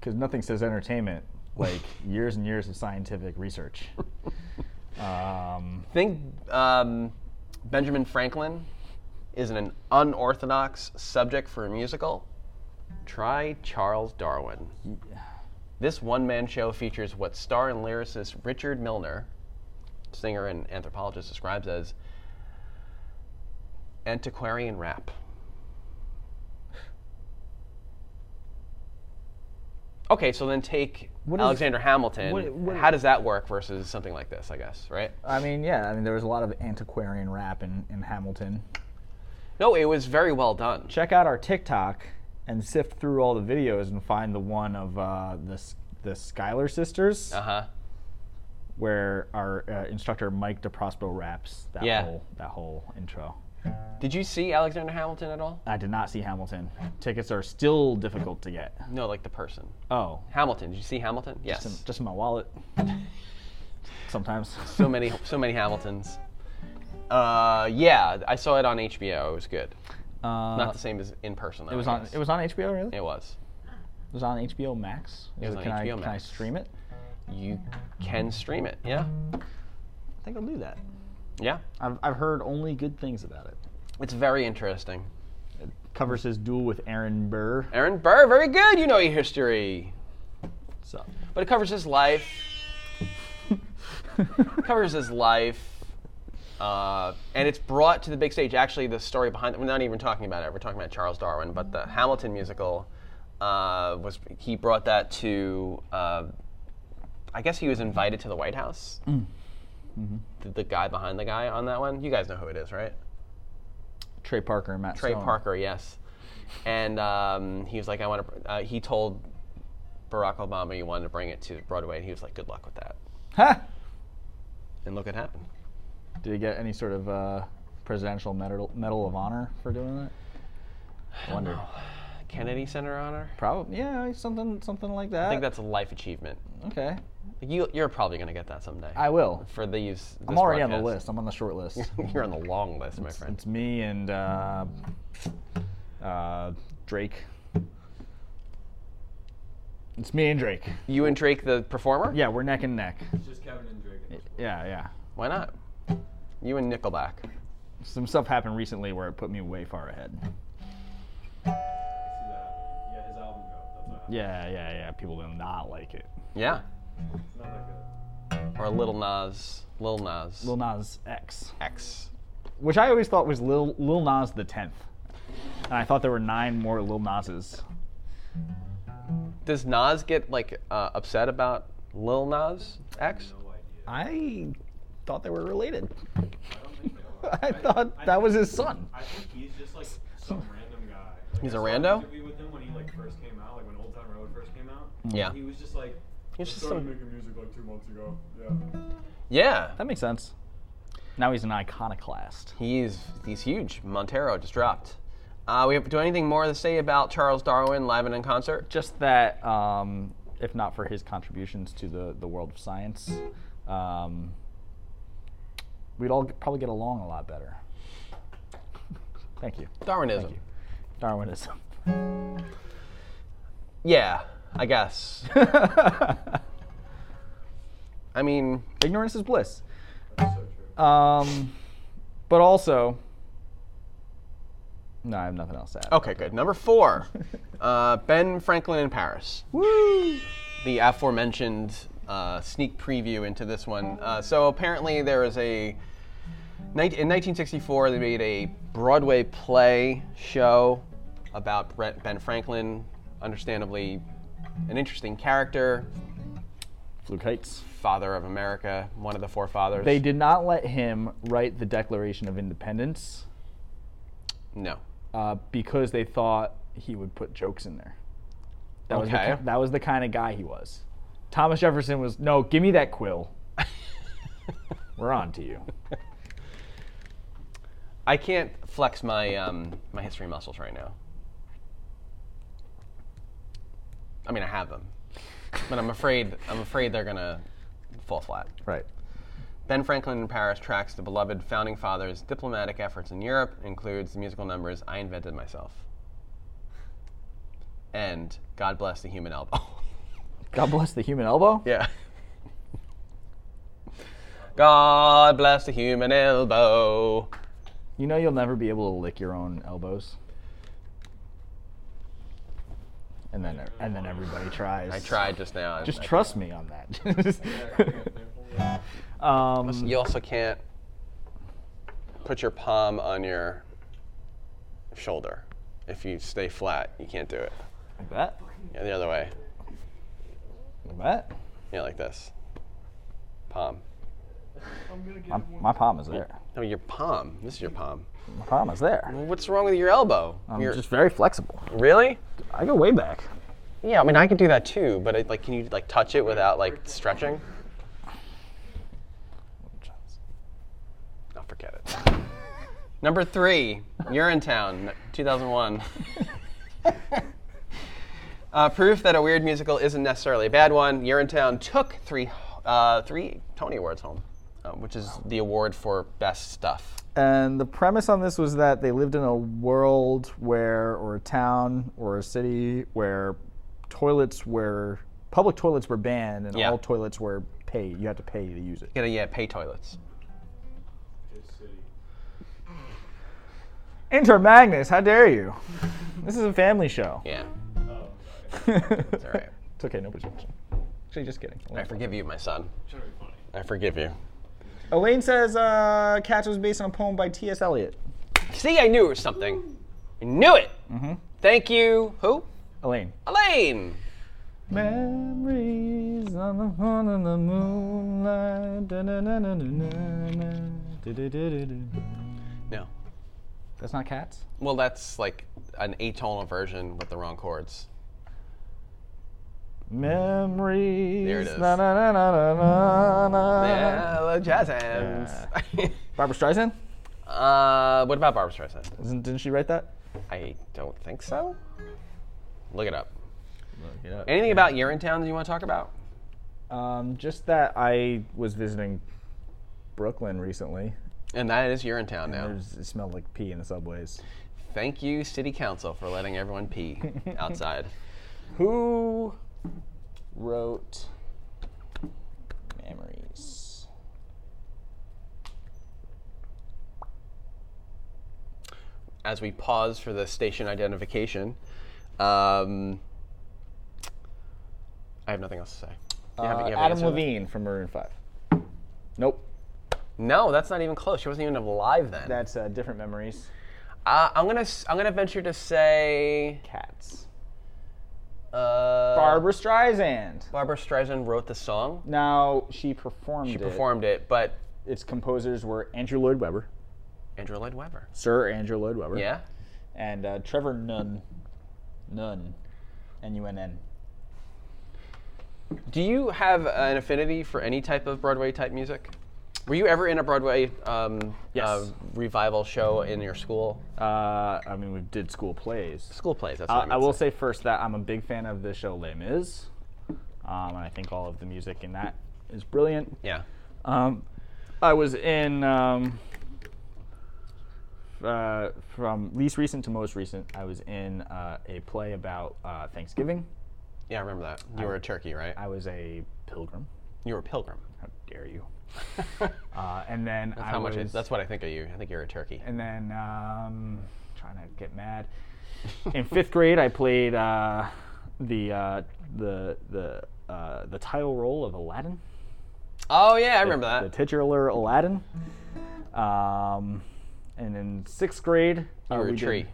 Speaker 2: Because nothing says entertainment like years and years of scientific research. um,
Speaker 1: Think um, Benjamin Franklin is an unorthodox subject for a musical. Try Charles Darwin. This one-man show features what star and lyricist Richard Milner, singer and anthropologist, describes as antiquarian rap. Okay, so then take
Speaker 2: What is-
Speaker 1: Alexander Hamilton.
Speaker 2: what- what-
Speaker 1: How does that work versus something like this? I guess, right?
Speaker 2: I mean, yeah, I mean there was a lot of antiquarian rap in, in Hamilton.
Speaker 1: No, it was very well done.
Speaker 2: Check out our TikTok and sift through all the videos and find the one of uh, the S- the Schuyler sisters.
Speaker 1: Uh huh.
Speaker 2: where our uh, instructor Mike DeProspero raps that
Speaker 1: Yeah.
Speaker 2: whole that whole intro.
Speaker 1: Did you see Alexander Hamilton at all?
Speaker 2: I did not see Hamilton. Tickets are still difficult to get.
Speaker 1: No, like the person.
Speaker 2: Oh,
Speaker 1: Hamilton. Did you see Hamilton? Yes.
Speaker 2: just, in, just in my wallet. Sometimes.
Speaker 1: so many, so many Hamiltons. Uh, yeah, I saw it on HBO. It was good. Not the same as in person. Though,
Speaker 2: Uh, Uh-huh. it was
Speaker 1: I
Speaker 2: on.
Speaker 1: guess.
Speaker 2: It was on HBO. Really?
Speaker 1: It was.
Speaker 2: It was on HBO Max.
Speaker 1: It was on
Speaker 2: can I
Speaker 1: HBO
Speaker 2: can I
Speaker 1: Max.
Speaker 2: stream it?
Speaker 1: you can stream it. Yeah. I think I'll do that. Yeah.
Speaker 2: I've, I've heard only good things about it.
Speaker 1: It's very interesting.
Speaker 2: Covers his duel with Aaron Burr.
Speaker 1: Aaron Burr, very good. You know your history.
Speaker 2: So,
Speaker 1: But it covers his life. covers his life. Uh, and it's brought to the big stage. Actually, the story behind we're not even talking about it. We're talking about Charles Darwin, but the Hamilton musical uh, was he brought that to. Uh, I guess he was invited to the White House. The, the guy behind the guy on that one, you guys know who it is, right?
Speaker 2: Trey Parker and Matt
Speaker 1: Trey
Speaker 2: Stone.
Speaker 1: Parker, yes. And um, he was like, I want to. Uh, he told Barack Obama he wanted to bring it to Broadway, and he was like, Good luck with that.
Speaker 2: Ha!
Speaker 1: And look what happened.
Speaker 2: Did he get any sort of uh, presidential medal, medal of honor for doing that? I wonder.
Speaker 1: Kennedy Center honor.
Speaker 2: Probably, yeah, something, something like that.
Speaker 1: I think that's a life achievement.
Speaker 2: okay.
Speaker 1: Like, you, you're probably gonna get that someday.
Speaker 2: I will.
Speaker 1: For these,
Speaker 2: I'm
Speaker 1: this
Speaker 2: already on the
Speaker 1: broadcast.
Speaker 2: list. I'm on the short list.
Speaker 1: you're on the long list, my
Speaker 2: It's-
Speaker 1: friend.
Speaker 2: It's me and uh, uh, Drake. It's me and Drake.
Speaker 1: you and Drake, the performer.
Speaker 2: Yeah, we're neck and neck.
Speaker 4: It's just Kevin and Drake. at this point.
Speaker 2: Yeah, yeah.
Speaker 1: Why not? You and Nickelback.
Speaker 2: Some stuff happened recently where it put me way far ahead.
Speaker 4: I see that happening. Yeah, his album dropped. That's what happened.
Speaker 2: Yeah, yeah, yeah. People do not like it.
Speaker 1: Yeah.
Speaker 4: It's not that good.
Speaker 1: Or Little Nas. Lil Nas.
Speaker 2: Lil Nas X,
Speaker 1: X.
Speaker 2: which I always thought was Lil, Lil Nas the tenth, and I thought there were nine more Lil Nases.
Speaker 1: Does Nas get like uh, upset about Lil Nas X?
Speaker 4: No idea.
Speaker 2: I thought they were related.
Speaker 4: I don't think they are.
Speaker 2: I thought that was his son.
Speaker 4: I think he's just like some random guy. Like,
Speaker 1: He's
Speaker 4: I
Speaker 1: a
Speaker 4: saw an
Speaker 1: rando?
Speaker 4: interview with him when he like first came out, like when Old Town Road first came out.
Speaker 1: Yeah.
Speaker 4: He was just like.
Speaker 1: He's
Speaker 4: "I
Speaker 1: just
Speaker 4: started
Speaker 1: some-
Speaker 4: making music like two months ago. Yeah.
Speaker 1: Yeah.
Speaker 2: That makes sense. Now he's an iconoclast.
Speaker 1: He's he's huge. Montero just dropped. Uh, we have do anything more to say about Charles Darwin live and in concert?
Speaker 2: Just that, um, if not for his contributions to the, the world of science, um, we'd all probably get along a lot better. Thank you.
Speaker 1: Darwinism.
Speaker 2: Thank you. Darwinism.
Speaker 1: Yeah, I guess. I mean,
Speaker 2: Ignorance is bliss.
Speaker 4: That's so true.
Speaker 2: Um, but also, no, I have nothing else to add.
Speaker 1: okay, good. Number four, uh, Ben Franklin in Paris.
Speaker 2: Woo!
Speaker 1: the aforementioned uh, sneak preview into this one. Uh, so apparently there is a ni- in 1964 they made a Broadway play show about Brent, Ben Franklin, understandably an interesting character,
Speaker 2: Flew kites.
Speaker 1: father of America, one of the forefathers.
Speaker 2: They did not let him write the Declaration of Independence
Speaker 1: no.
Speaker 2: uh, because they thought he would put jokes in there. That was the,
Speaker 1: Okay.
Speaker 2: ki- that was the kind of guy he was. Thomas Jefferson was no, give me that quill. We're on to you.
Speaker 1: I can't flex my um, my history muscles right now. I mean, I have them, but I'm afraid I'm afraid they're gonna fall flat.
Speaker 2: Right.
Speaker 1: Ben Franklin in Paris tracks the beloved founding fathers' diplomatic efforts in Europe, includes the musical numbers I Invented Myself. And God Bless the Human Elbow.
Speaker 2: God bless the human elbow.
Speaker 1: yeah. God bless the human elbow.
Speaker 2: You know you'll never be able to lick your own elbows. And then and then everybody tries.
Speaker 1: I tried just now. and
Speaker 2: Just
Speaker 1: I-
Speaker 2: trust me on that.
Speaker 4: Yeah.
Speaker 2: um,
Speaker 1: You also can't put your palm on your shoulder. If you stay flat, you can't do it.
Speaker 2: like that.
Speaker 1: Yeah, the other way.
Speaker 2: Like that.
Speaker 1: Yeah, like this. Palm.
Speaker 4: I'm gonna get
Speaker 2: My, my palm is there.
Speaker 1: No, your palm. This is your palm.
Speaker 2: My palm is there.
Speaker 1: Well, What's wrong with your elbow?
Speaker 2: I'm
Speaker 1: Your-
Speaker 2: just very flexible.
Speaker 1: really?
Speaker 2: I go way back.
Speaker 1: Yeah, I mean I can do that too, but it, like, can you like touch it without like stretching? Oh, forget it. Number three, Urinetown, 2001. uh, proof that a weird musical isn't necessarily a bad one. Urinetown took three uh, three Tony Awards home, uh, which is the award for best stuff.
Speaker 2: And the premise on this was that they lived in a world where, or a town, or a city where toilets were public toilets were banned and
Speaker 1: Yeah.
Speaker 2: all toilets were paid. You had to pay to use it.
Speaker 1: You gotta, yeah, pay toilets.
Speaker 4: His city.
Speaker 2: Enter Magnus. How dare you? This is a family show.
Speaker 1: Yeah.
Speaker 4: Oh, sorry.
Speaker 2: it's
Speaker 1: all right.
Speaker 2: It's okay. Nobody's watching. Actually, just kidding.
Speaker 1: I forgive you, my son.
Speaker 4: Trying to be funny.
Speaker 1: I forgive you.
Speaker 2: Elaine says uh, Cats was based on a poem by T.S. Eliot.
Speaker 1: See, I knew it was something. I knew it. Mm-hmm. Thank you. Who?
Speaker 2: Elaine.
Speaker 1: Elaine.
Speaker 2: Memories on the horn of the moonlight. da-da-da-da-da-da-da, da-da-da-da-da.
Speaker 1: No.
Speaker 2: That's not Cats?
Speaker 1: Well, that's like an atonal version with the wrong chords.
Speaker 2: Memories.
Speaker 1: There it is.
Speaker 2: Na, na, na, na, na, na, na.
Speaker 1: Yeah, I love jazz hands.
Speaker 2: Barbara Streisand?
Speaker 1: uh, what about Barbara Streisand?
Speaker 2: Isn't, didn't she write that?
Speaker 1: I don't think so. Look it up.
Speaker 2: it up,
Speaker 1: Anything about Urinetown that you want to talk about?
Speaker 2: Um, just that I was visiting Brooklyn recently.
Speaker 1: And that is Urinetown now.
Speaker 2: There's, it smelled like pee in the subways.
Speaker 1: Thank you, City Council, for letting everyone pee outside. Who wrote?
Speaker 2: Memories.
Speaker 1: As we pause for the station identification, um, I have nothing else to say. You have- you
Speaker 2: Uh,
Speaker 1: have an answer
Speaker 2: Adam
Speaker 1: to that?
Speaker 2: Levine from Maroon 5. Nope.
Speaker 1: No, that's not even close. She wasn't even alive then.
Speaker 2: That's uh, different memories.
Speaker 1: Uh, I'm gonna s- I'm gonna venture to say
Speaker 2: Cats.
Speaker 1: uh,
Speaker 2: Barbara Streisand.
Speaker 1: Barbara Streisand wrote the song.
Speaker 2: Now she performed.
Speaker 1: She
Speaker 2: it.
Speaker 1: performed it, but
Speaker 2: Its composers were Andrew Lloyd Webber,
Speaker 1: Andrew Lloyd Webber.
Speaker 2: Sir Andrew Lloyd Webber,
Speaker 1: Yeah.
Speaker 2: and uh, Trevor Nunn, Nunn, N U N N.
Speaker 1: Do you have an affinity for any type of Broadway type music? Were you ever in a Broadway um,
Speaker 2: Yes.
Speaker 1: uh, revival show in your school?
Speaker 2: Uh, I mean, we did school plays.
Speaker 1: School plays. That's
Speaker 2: Uh,
Speaker 1: what
Speaker 2: I
Speaker 1: meant
Speaker 2: will
Speaker 1: to
Speaker 2: say first that I'm a big fan of the show Les Mis, um, and I think all of the music in that is brilliant.
Speaker 1: Yeah.
Speaker 2: Um, I was in um, uh, from least recent to most recent. I was in uh, a play about uh, Thanksgiving.
Speaker 1: Yeah, I remember that. You were a turkey, right?
Speaker 2: I was a pilgrim.
Speaker 1: you were a pilgrim.
Speaker 2: How dare you? uh, and then I
Speaker 1: How much?
Speaker 2: was,
Speaker 1: I- that's what I think of you. I think you're a turkey.
Speaker 2: and then um, trying to get mad. In fifth grade, I played uh, the uh, the the uh, the title role of Aladdin.
Speaker 1: Oh yeah, I remember that.
Speaker 2: The titular Aladdin. Um, and in sixth grade,
Speaker 1: you
Speaker 2: uh,
Speaker 1: were
Speaker 2: we
Speaker 1: a
Speaker 2: did-
Speaker 1: tree.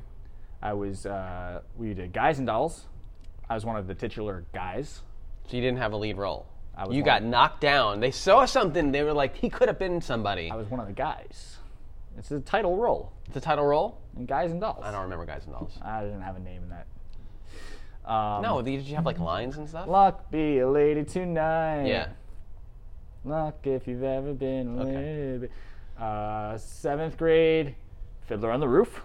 Speaker 2: I was uh, we did Guys and Dolls. I was one of the titular guys.
Speaker 1: So you didn't have a lead role.
Speaker 2: I was
Speaker 1: You
Speaker 2: one
Speaker 1: got
Speaker 2: of-
Speaker 1: knocked down. They saw something. They were like, he could have been somebody.
Speaker 2: I was one of the guys. It's a title role
Speaker 1: The title role?
Speaker 2: in Guys and Dolls.
Speaker 1: I don't remember Guys and Dolls.
Speaker 2: I didn't have a name in that. Um,
Speaker 1: No, did you have like lines and stuff?
Speaker 2: Luck be a lady tonight.
Speaker 1: Yeah.
Speaker 2: Luck if you've ever been a
Speaker 1: Okay.
Speaker 2: lady. Uh, seventh grade, Fiddler on the Roof.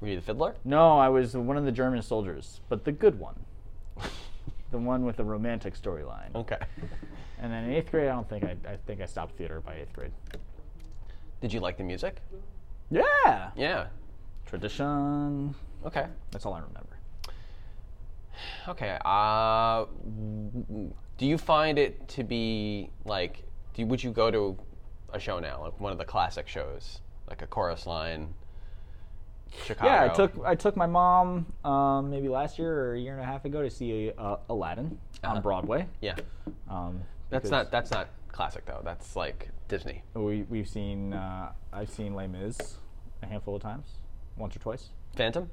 Speaker 1: Were you the fiddler?
Speaker 2: No, I was one of the German soldiers, but the good one. the one with the romantic storyline.
Speaker 1: Okay.
Speaker 2: And then in eighth grade, I don't think I, I think I stopped theater by eighth grade.
Speaker 1: Did you like the music?
Speaker 2: Yeah.
Speaker 1: Yeah.
Speaker 2: Tradition.
Speaker 1: Okay.
Speaker 2: That's all I remember.
Speaker 1: Okay. Uh, w- do you find it to be like? Do you, would you go to a show now, like one of the classic shows, like a chorus line? Chicago.
Speaker 2: Yeah, I took I took my mom um, maybe last year or a year and a half ago to see uh, Aladdin
Speaker 1: Uh-huh.
Speaker 2: on Broadway.
Speaker 1: Yeah.
Speaker 2: Um,
Speaker 1: That's
Speaker 2: because
Speaker 1: not. That's not classic though. That's like Disney.
Speaker 2: We we've seen uh, I've seen Les Mis a handful of times, once or twice.
Speaker 1: Phantom.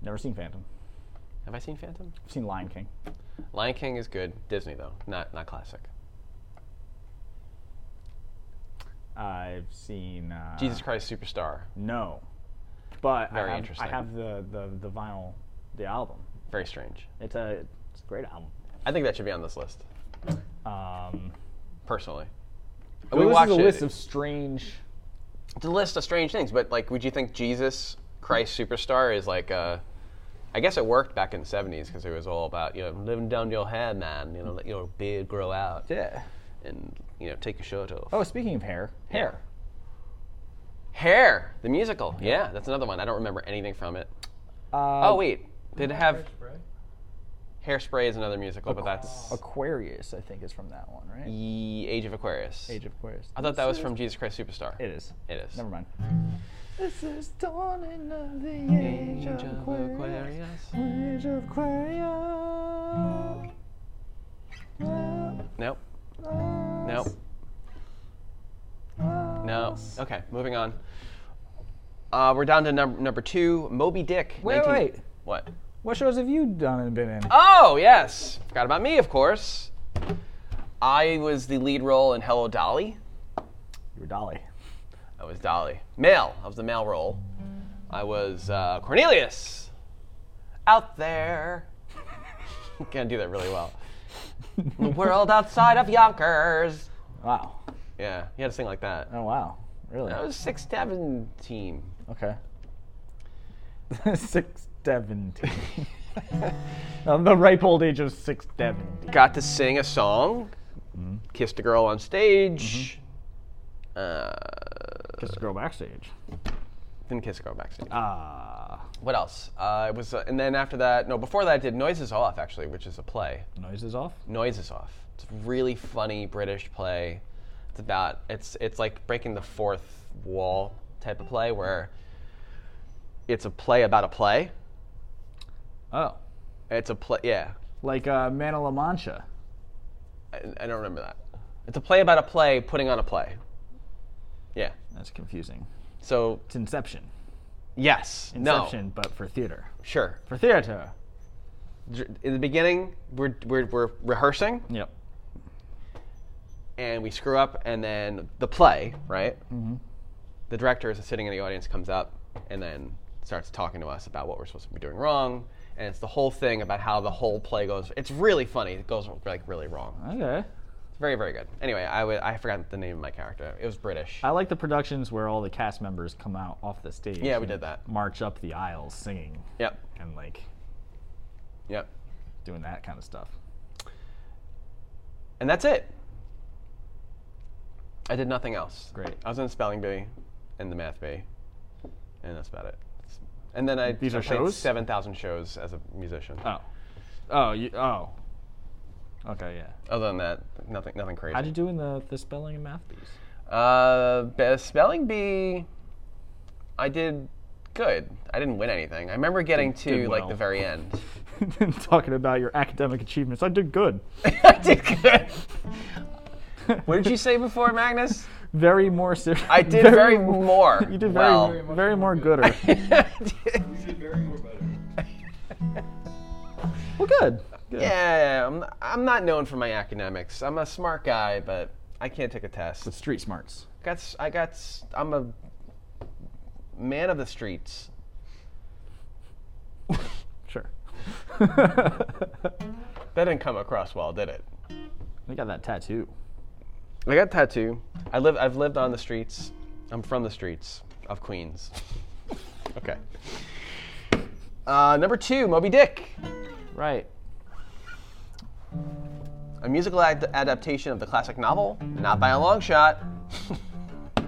Speaker 2: Never seen Phantom.
Speaker 1: Have I seen Phantom?
Speaker 2: I've seen Lion King.
Speaker 1: Lion King is good. Disney though, not not classic.
Speaker 2: I've seen uh,
Speaker 1: Jesus Christ Superstar,
Speaker 2: No, but
Speaker 1: Very
Speaker 2: I have,
Speaker 1: interesting.
Speaker 2: I have the, the the vinyl, the album.
Speaker 1: very strange.
Speaker 2: It's a it's a great album.
Speaker 1: I think that should be on this list,
Speaker 2: Um,
Speaker 1: personally.
Speaker 2: this is
Speaker 1: Oh, watched
Speaker 2: a
Speaker 1: it.
Speaker 2: list of strange.
Speaker 1: it's a list of strange things, but like, would you think Jesus Christ Superstar is like a? I guess it worked back in the '70s because it was all about you know living down your hair, man. You know, let your beard grow out
Speaker 2: Yeah.
Speaker 1: and you know take your shirt off.
Speaker 2: Oh, speaking of hair, hair.
Speaker 1: Hair, the musical. Oh, Yeah, that's another one. I don't remember anything from it.
Speaker 2: Uh,
Speaker 1: oh wait, did it have?
Speaker 4: Right?
Speaker 1: Hairspray is another musical, but that's
Speaker 6: Aquarius, I think, is from that one, right?
Speaker 1: the Age of Aquarius.
Speaker 6: Age of Aquarius.
Speaker 1: I thought that was from Jesus Christ Superstar.
Speaker 6: It is.
Speaker 1: It is.
Speaker 6: Never mind.
Speaker 2: This is dawning of the age
Speaker 1: Age of Aquarius.
Speaker 2: Age of Aquarius.
Speaker 1: Nope. Nope. No. Okay, moving on. Uh, we're down to number number two, Moby Dick.
Speaker 2: Wait,
Speaker 1: 19
Speaker 2: wait.
Speaker 1: What?
Speaker 2: What shows have you done and been in?
Speaker 1: Oh yes, forgot about me, of course. I was the lead role in Hello Dolly.
Speaker 2: You were Dolly.
Speaker 1: I was Dolly. Male. I was the male role. I was uh, Cornelius. Out there. Can't do that really well. the world outside of Yonkers.
Speaker 2: Wow.
Speaker 1: Yeah, you had to sing like that.
Speaker 2: Oh wow. Really?
Speaker 1: I was six seventeen.
Speaker 2: Okay. six seventy. I'm the ripe old age of six seventy.
Speaker 1: Got to sing a song. Kissed a girl on stage. Uh,
Speaker 2: Kiss girl backstage.
Speaker 1: didn't kiss a girl backstage.
Speaker 2: Ah.
Speaker 1: what else? Uh, it was, uh, and then after that, no, before that, I did Noises Off actually, which is a play.
Speaker 2: Noise is off.
Speaker 1: Noises Off. It's a really funny British play. It's about it's it's like breaking the fourth wall type of play where it's a play about a play.
Speaker 2: Oh.
Speaker 1: It's a play, yeah.
Speaker 2: Like uh, Man of La Mancha.
Speaker 1: I, I don't remember that. It's a play about a play putting on a play. Yeah.
Speaker 2: That's confusing.
Speaker 1: So
Speaker 2: It's Inception.
Speaker 1: yes,
Speaker 2: Inception, but for theater.
Speaker 1: no, sure.
Speaker 2: For theater.
Speaker 1: Dr- In the beginning, we're, we're, we're rehearsing
Speaker 2: Yep.
Speaker 1: and we screw up, and then the play, right? The director is sitting in the audience, comes up, and then starts talking to us about what we're supposed to be doing wrong, and it's the whole thing about how the whole play goes. It's really funny. It goes like really wrong.
Speaker 2: Okay.
Speaker 1: It's very very good. Anyway, I wa- I forgot the name of my character. It was British.
Speaker 2: I like the productions where all the cast members come out off the stage.
Speaker 1: Yeah, we
Speaker 2: and
Speaker 1: did that.
Speaker 2: March up the aisles singing
Speaker 1: Yep.
Speaker 2: and like
Speaker 1: Yep.
Speaker 2: doing that kind of stuff.
Speaker 1: And that's it. I did nothing else.
Speaker 2: Great.
Speaker 1: I was in spelling bee and the math bee, and that's about it. And then I
Speaker 2: These
Speaker 1: I
Speaker 2: are
Speaker 1: played
Speaker 2: shows?
Speaker 1: seven thousand shows as a musician.
Speaker 2: Oh. Oh. You, oh. Okay. Yeah.
Speaker 1: Other than that, nothing nothing crazy.
Speaker 2: How'd you do in the, the spelling and math piece?
Speaker 1: Uh, be- spelling bee, I did good. I didn't win anything. I remember getting to
Speaker 2: did
Speaker 1: like
Speaker 2: well.
Speaker 1: the very end.
Speaker 2: Talking about your academic achievements, I did good.
Speaker 1: I did good. what did you say before, Magnus?
Speaker 2: Very more. Ser-
Speaker 1: I did very, more.
Speaker 2: You did very,
Speaker 1: well.
Speaker 2: very more gooder.
Speaker 4: You did very more better.
Speaker 2: well, good. good.
Speaker 1: yeah, I'm, I'm not known for my academics. I'm a smart guy, but I can't take a test.
Speaker 2: The street smarts.
Speaker 1: got, s- I got. s- I'm a man of the streets.
Speaker 2: Sure.
Speaker 1: That didn't come across well, did it?
Speaker 2: I got that tattoo.
Speaker 1: I got a tattoo. I live. I've lived on the streets. I'm from the streets of Queens. okay. Uh, number two, Moby Dick,
Speaker 2: Right.
Speaker 1: a musical ad- adaptation of the classic novel, not by a long shot.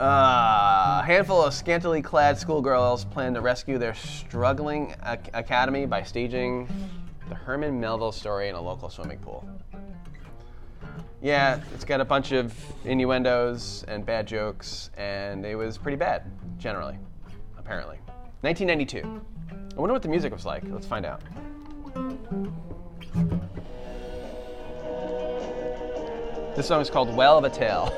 Speaker 1: Uh, a handful of scantily clad schoolgirls plan to rescue their struggling ac- academy by staging the Herman Melville story in a local swimming pool. Yeah, it's got a bunch of innuendos and bad jokes, and it was pretty bad, generally, apparently. 1992. I wonder what the music was like. Let's find out. This song is called Well of a Tale.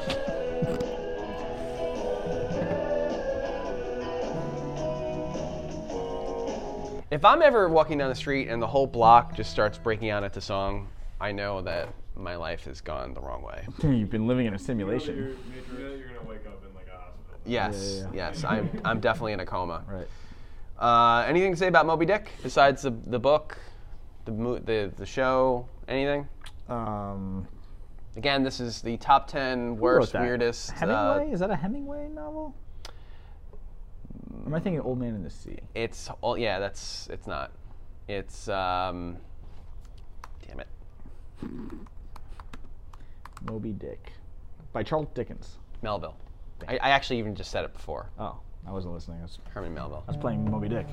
Speaker 1: If I'm ever walking down the street and the whole block just starts breaking out into song, I know that my life has gone the wrong way.
Speaker 2: You've been living in a
Speaker 4: You know that you're,
Speaker 2: simulation.
Speaker 4: you know that you're gonna wake up in like a hospital.
Speaker 1: Yes,
Speaker 2: Yeah, yeah,
Speaker 1: yes, I'm, I'm definitely in a coma.
Speaker 2: Right.
Speaker 1: Uh, anything to say about Moby Dick besides the, the book, the, mo- the the show, anything?
Speaker 2: Um,
Speaker 1: Again, this is the top ten
Speaker 2: who wrote
Speaker 1: worst,
Speaker 2: that?
Speaker 1: weirdest.
Speaker 2: Hemingway?
Speaker 1: Uh,
Speaker 2: Is that a Hemingway novel? Or am I thinking Old Man in the Sea?
Speaker 1: it's all yeah. That's it's not. It's um. Damn it.
Speaker 2: Moby Dick, by Charles Dickens.
Speaker 1: Melville. I, I actually even just said it before.
Speaker 2: Oh, I wasn't listening. I was,
Speaker 1: Herman Melville.
Speaker 2: I was playing Moby Dick.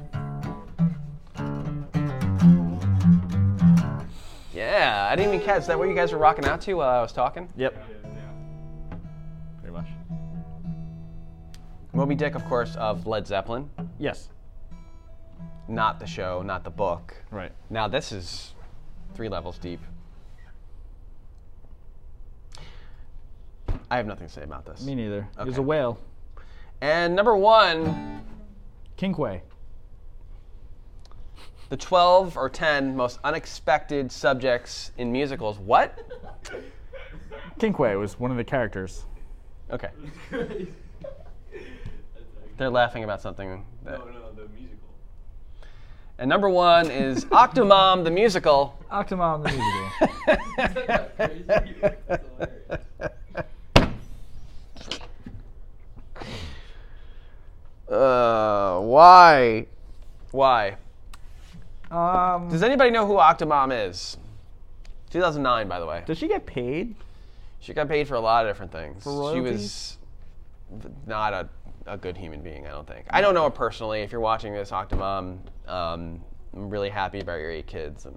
Speaker 1: Yeah, I didn't even catch. Is that what you guys were rocking out to while I was talking?
Speaker 2: Yep.
Speaker 4: Yeah.
Speaker 7: Pretty much.
Speaker 1: Moby Dick, of course, of Led Zeppelin.
Speaker 2: Yes.
Speaker 1: Not the show, not the book.
Speaker 2: Right.
Speaker 1: Now this is three levels deep. I have nothing to say about this.
Speaker 2: Me neither. It was
Speaker 1: Okay.
Speaker 2: a whale.
Speaker 1: And number one,
Speaker 2: Kinkway.
Speaker 1: the 12 or 10 most unexpected subjects in musicals. What?
Speaker 2: Kinkway was one of the characters.
Speaker 1: Okay.
Speaker 4: Crazy.
Speaker 1: They're laughing about something. That...
Speaker 4: no, oh, no, the musical.
Speaker 1: And number one is Octomom the musical.
Speaker 2: Octomom the musical.
Speaker 4: Crazy. That's hilarious.
Speaker 1: Uh, why? Why?
Speaker 2: Um,
Speaker 1: Does anybody know who Octomom is? 2009, by the way.
Speaker 2: does she get paid?
Speaker 1: She got paid for a lot of different things. she was
Speaker 2: royalties?
Speaker 1: not a, a good human being, I don't think. I don't know her personally. If you're watching this, Octomom, um, I'm really happy about your eight kids. And,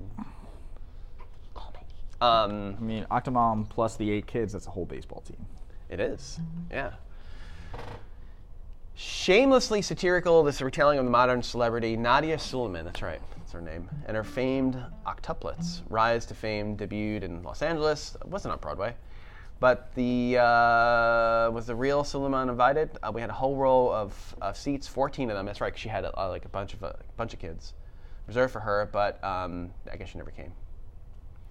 Speaker 1: um,
Speaker 2: I mean, Octomom plus the eight kids, that's a whole baseball team.
Speaker 1: It is. Yeah. Shamelessly satirical, this retelling of the modern celebrity Nadia Suleiman, that's right, that's her name, and her famed octuplets. Rise to fame debuted in Los Angeles, it wasn't on Broadway, but the uh, was the real Suleiman invited? Uh, we had a whole row of, of seats, 14 of them, that's right, 'cause she had uh, like a bunch of, a bunch of kids reserved for her, but um, I guess she never came.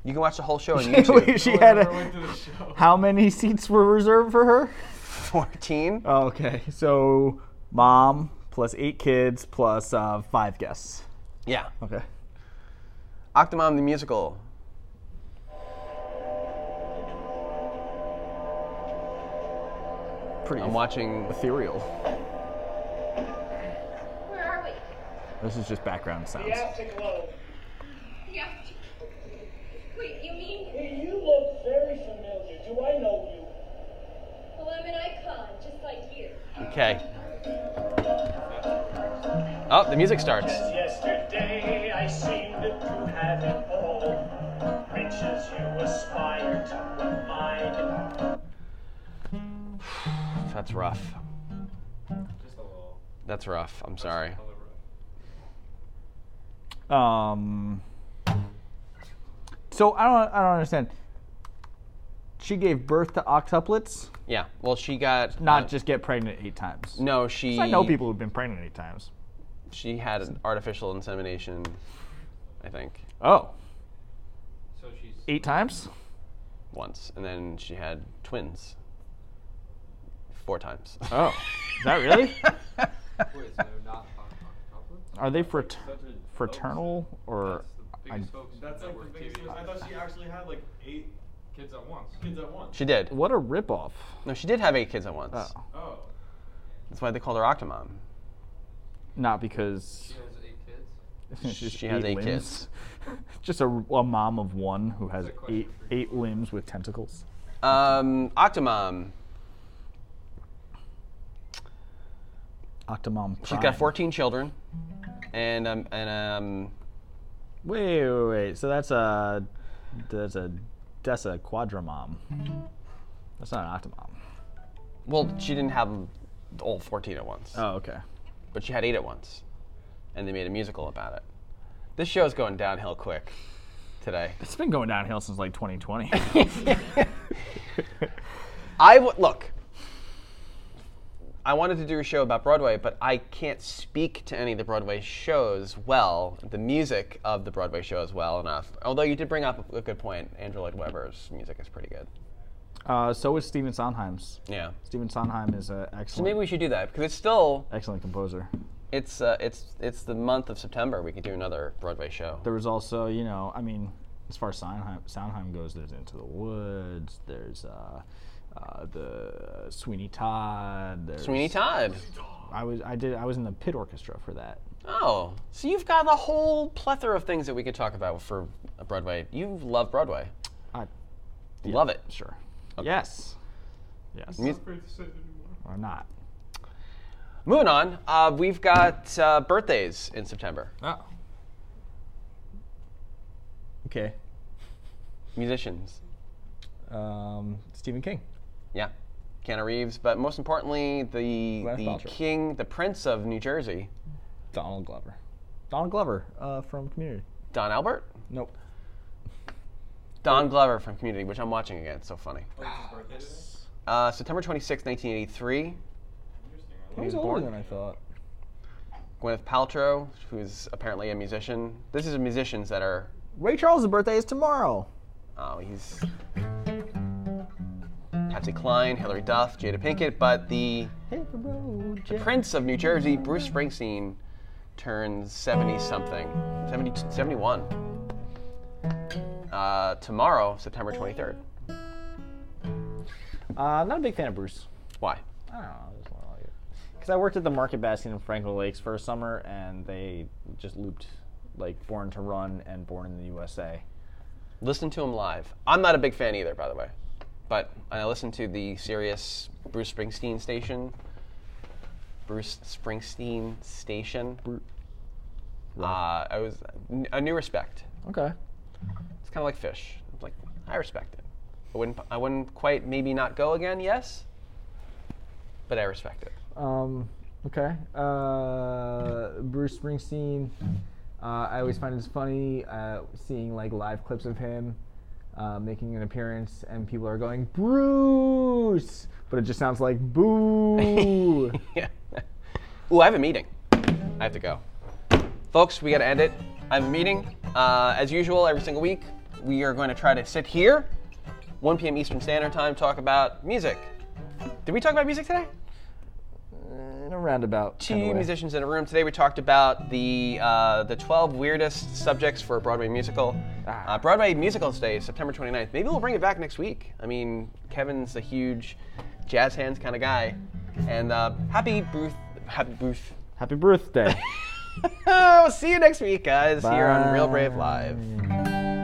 Speaker 1: You can watch the whole show on YouTube.
Speaker 2: she had
Speaker 4: I went to
Speaker 2: a,
Speaker 4: the show.
Speaker 2: how many seats were reserved for her?
Speaker 1: 14?
Speaker 2: Uh, Oh, Okay, so mom plus eight kids plus uh, five guests.
Speaker 1: Yeah.
Speaker 2: Okay.
Speaker 1: Octomom the musical.
Speaker 2: Pretty
Speaker 1: I'm watching.
Speaker 2: ethereal.
Speaker 8: Where are we?
Speaker 2: This is just background sounds.
Speaker 9: The Arctic Globe.
Speaker 8: The Arctic. Wait, you mean?
Speaker 9: Hey, you look very familiar. Do I know you?
Speaker 8: Well, I'm an icon, just like you.
Speaker 1: Okay. Oh, the music starts.
Speaker 9: Yesterday I seemed to have it all. Riches you aspire to were mine.
Speaker 1: That's rough.
Speaker 4: Just a little.
Speaker 1: That's rough. I'm sorry.
Speaker 4: Hello, Rob.
Speaker 2: Um. So I don't. I don't understand. She gave birth to octuplets,
Speaker 1: Yeah. Well, she got
Speaker 2: not
Speaker 1: uh,
Speaker 2: just get pregnant eight times.
Speaker 1: No, she.
Speaker 2: I know people who've been pregnant eight times.
Speaker 1: She had an artificial insemination. I think
Speaker 2: Oh,
Speaker 3: So she's
Speaker 2: eight times?
Speaker 1: once, and then she had twins. Four times.
Speaker 2: Oh, is that really?
Speaker 3: wait, so they're not on Octopolis?
Speaker 2: Are they frat-
Speaker 4: Such a
Speaker 2: fraternal or?
Speaker 3: That's the
Speaker 2: I-
Speaker 3: biggest hoax in
Speaker 4: That's like the
Speaker 3: network
Speaker 4: biggest.
Speaker 3: TV.
Speaker 4: I thought she actually had like eight
Speaker 3: Kids at once.
Speaker 4: kids at once.
Speaker 1: she did.
Speaker 2: What a ripoff!
Speaker 1: No, she did have eight kids at once.
Speaker 2: Oh.
Speaker 4: Oh.
Speaker 1: That's why they called her Octomom.
Speaker 2: Not because
Speaker 3: She has eight kids.
Speaker 2: she's
Speaker 1: She has eight
Speaker 2: limbs. Just a, a mom of one who has
Speaker 3: a question
Speaker 2: eight
Speaker 3: for you.
Speaker 2: eight limbs with tentacles.
Speaker 1: Um, Octomom.
Speaker 2: Octomom. Prime.
Speaker 1: She's got 14 children, and um, and um,
Speaker 2: Wait, wait, wait. So that's a that's a that's a quadramom. That's not an octomom.
Speaker 1: well, she didn't have all 14 at once,
Speaker 2: Oh, okay.
Speaker 1: but she had eight at once, and they made a musical about it. This show's going downhill quick today.
Speaker 2: It's been going downhill since like 2020.
Speaker 1: I w- look. I wanted to do a show about Broadway, but I can't speak to any of the Broadway shows well, the music of the Broadway shows well enough. Although you did bring up a good point, Andrew Lloyd Webber's music is pretty good.
Speaker 2: uh, so is Stephen Sondheim's.
Speaker 1: Yeah.
Speaker 2: Stephen Sondheim is an
Speaker 1: So
Speaker 2: excellent
Speaker 1: maybe we should do that because it's still
Speaker 2: excellent composer.
Speaker 1: it's uh, it's it's the month of September. We could do another Broadway show.
Speaker 2: There was also, you know, I mean, as far as Sondheim, Sondheim goes, there's Into the Woods. There's uh, uh, the Sweeney Todd. There's,
Speaker 1: Sweeney Todd.
Speaker 2: I was I did I was in the pit orchestra for that.
Speaker 1: Oh, so you've got a whole plethora of things that we could talk about for Broadway. You love Broadway.
Speaker 2: I
Speaker 1: Love it.
Speaker 2: sure. Yes. Yes.
Speaker 1: Mu-
Speaker 4: Afraid to say it anymore.
Speaker 2: or not.
Speaker 1: Moving on, uh, we've got uh, birthdays in September.
Speaker 2: Oh. Okay.
Speaker 1: musicians.
Speaker 2: Um, Stephen King.
Speaker 1: Yeah, Keanu Reeves, but most importantly, the
Speaker 2: Gwyneth
Speaker 1: the
Speaker 2: Paltrow.
Speaker 1: king, the prince of New Jersey,
Speaker 2: Donald Glover. Donald Glover uh, from Community.
Speaker 1: Don Albert,
Speaker 2: Nope.
Speaker 1: Don Glover from Community, which I'm watching again. It's so funny.
Speaker 4: Oh, it's his birthday today?
Speaker 1: Uh, September 26, 1983.
Speaker 4: Interesting. I
Speaker 2: He
Speaker 1: was
Speaker 2: was older
Speaker 1: born.
Speaker 2: than I thought.
Speaker 1: Gwyneth Paltrow, who's apparently a musician. This is musicians that are.
Speaker 2: Ray Charles' birthday is tomorrow.
Speaker 1: Oh, he's. Patsy Cline, Hilary Duff, Jada Pinkett, but the
Speaker 2: Hit the road,
Speaker 1: The
Speaker 2: Jack.
Speaker 1: Prince of New Jersey, Bruce Springsteen, turns 70 something, 70, 71. Uh, tomorrow, September 23rd.
Speaker 2: Uh, I'm not a big fan of Bruce.
Speaker 1: Why?
Speaker 2: I don't know. I just don't like it. Because I worked at the market basket in Franco Lakes for a summer, and they just looped like Born to Run and Born in the USA.
Speaker 1: Listen to him live. I'm not a big fan either, by the way. But I listen to the serious Bruce Springsteen station. Bruce Springsteen station. Uh, I was a new respect.
Speaker 10: Okay.
Speaker 1: It's kind of like fish. It's like I respect it. I wouldn't. I wouldn't quite maybe not go again. Yes, but I respect it.
Speaker 2: Um, okay. Uh, Bruce Springsteen. Uh, I always find it's funny uh, seeing like live clips of him uh, making an appearance, and people are going Bruce, but it just sounds like boo.
Speaker 1: yeah. Ooh, I have a meeting. I have to go. Folks, we got to end it. I have a meeting. Uh, as usual, every single week, we are going to try to sit here, 1 p.m. Eastern Standard Time, talk about music. Did we talk about music today?
Speaker 2: In a roundabout.
Speaker 1: two musicians in a room. Today we talked about the uh, the 12 weirdest subjects for a Broadway musical. Uh, Broadway Musicals Day is September 29th. Maybe we'll bring it back next week. I mean, Kevin's a huge jazz hands kind of guy. And uh, happy Bruce. Happy Bruce.
Speaker 2: Happy birthday.
Speaker 1: we'll see you next week, guys, here on Real Brave Live.
Speaker 2: Bye.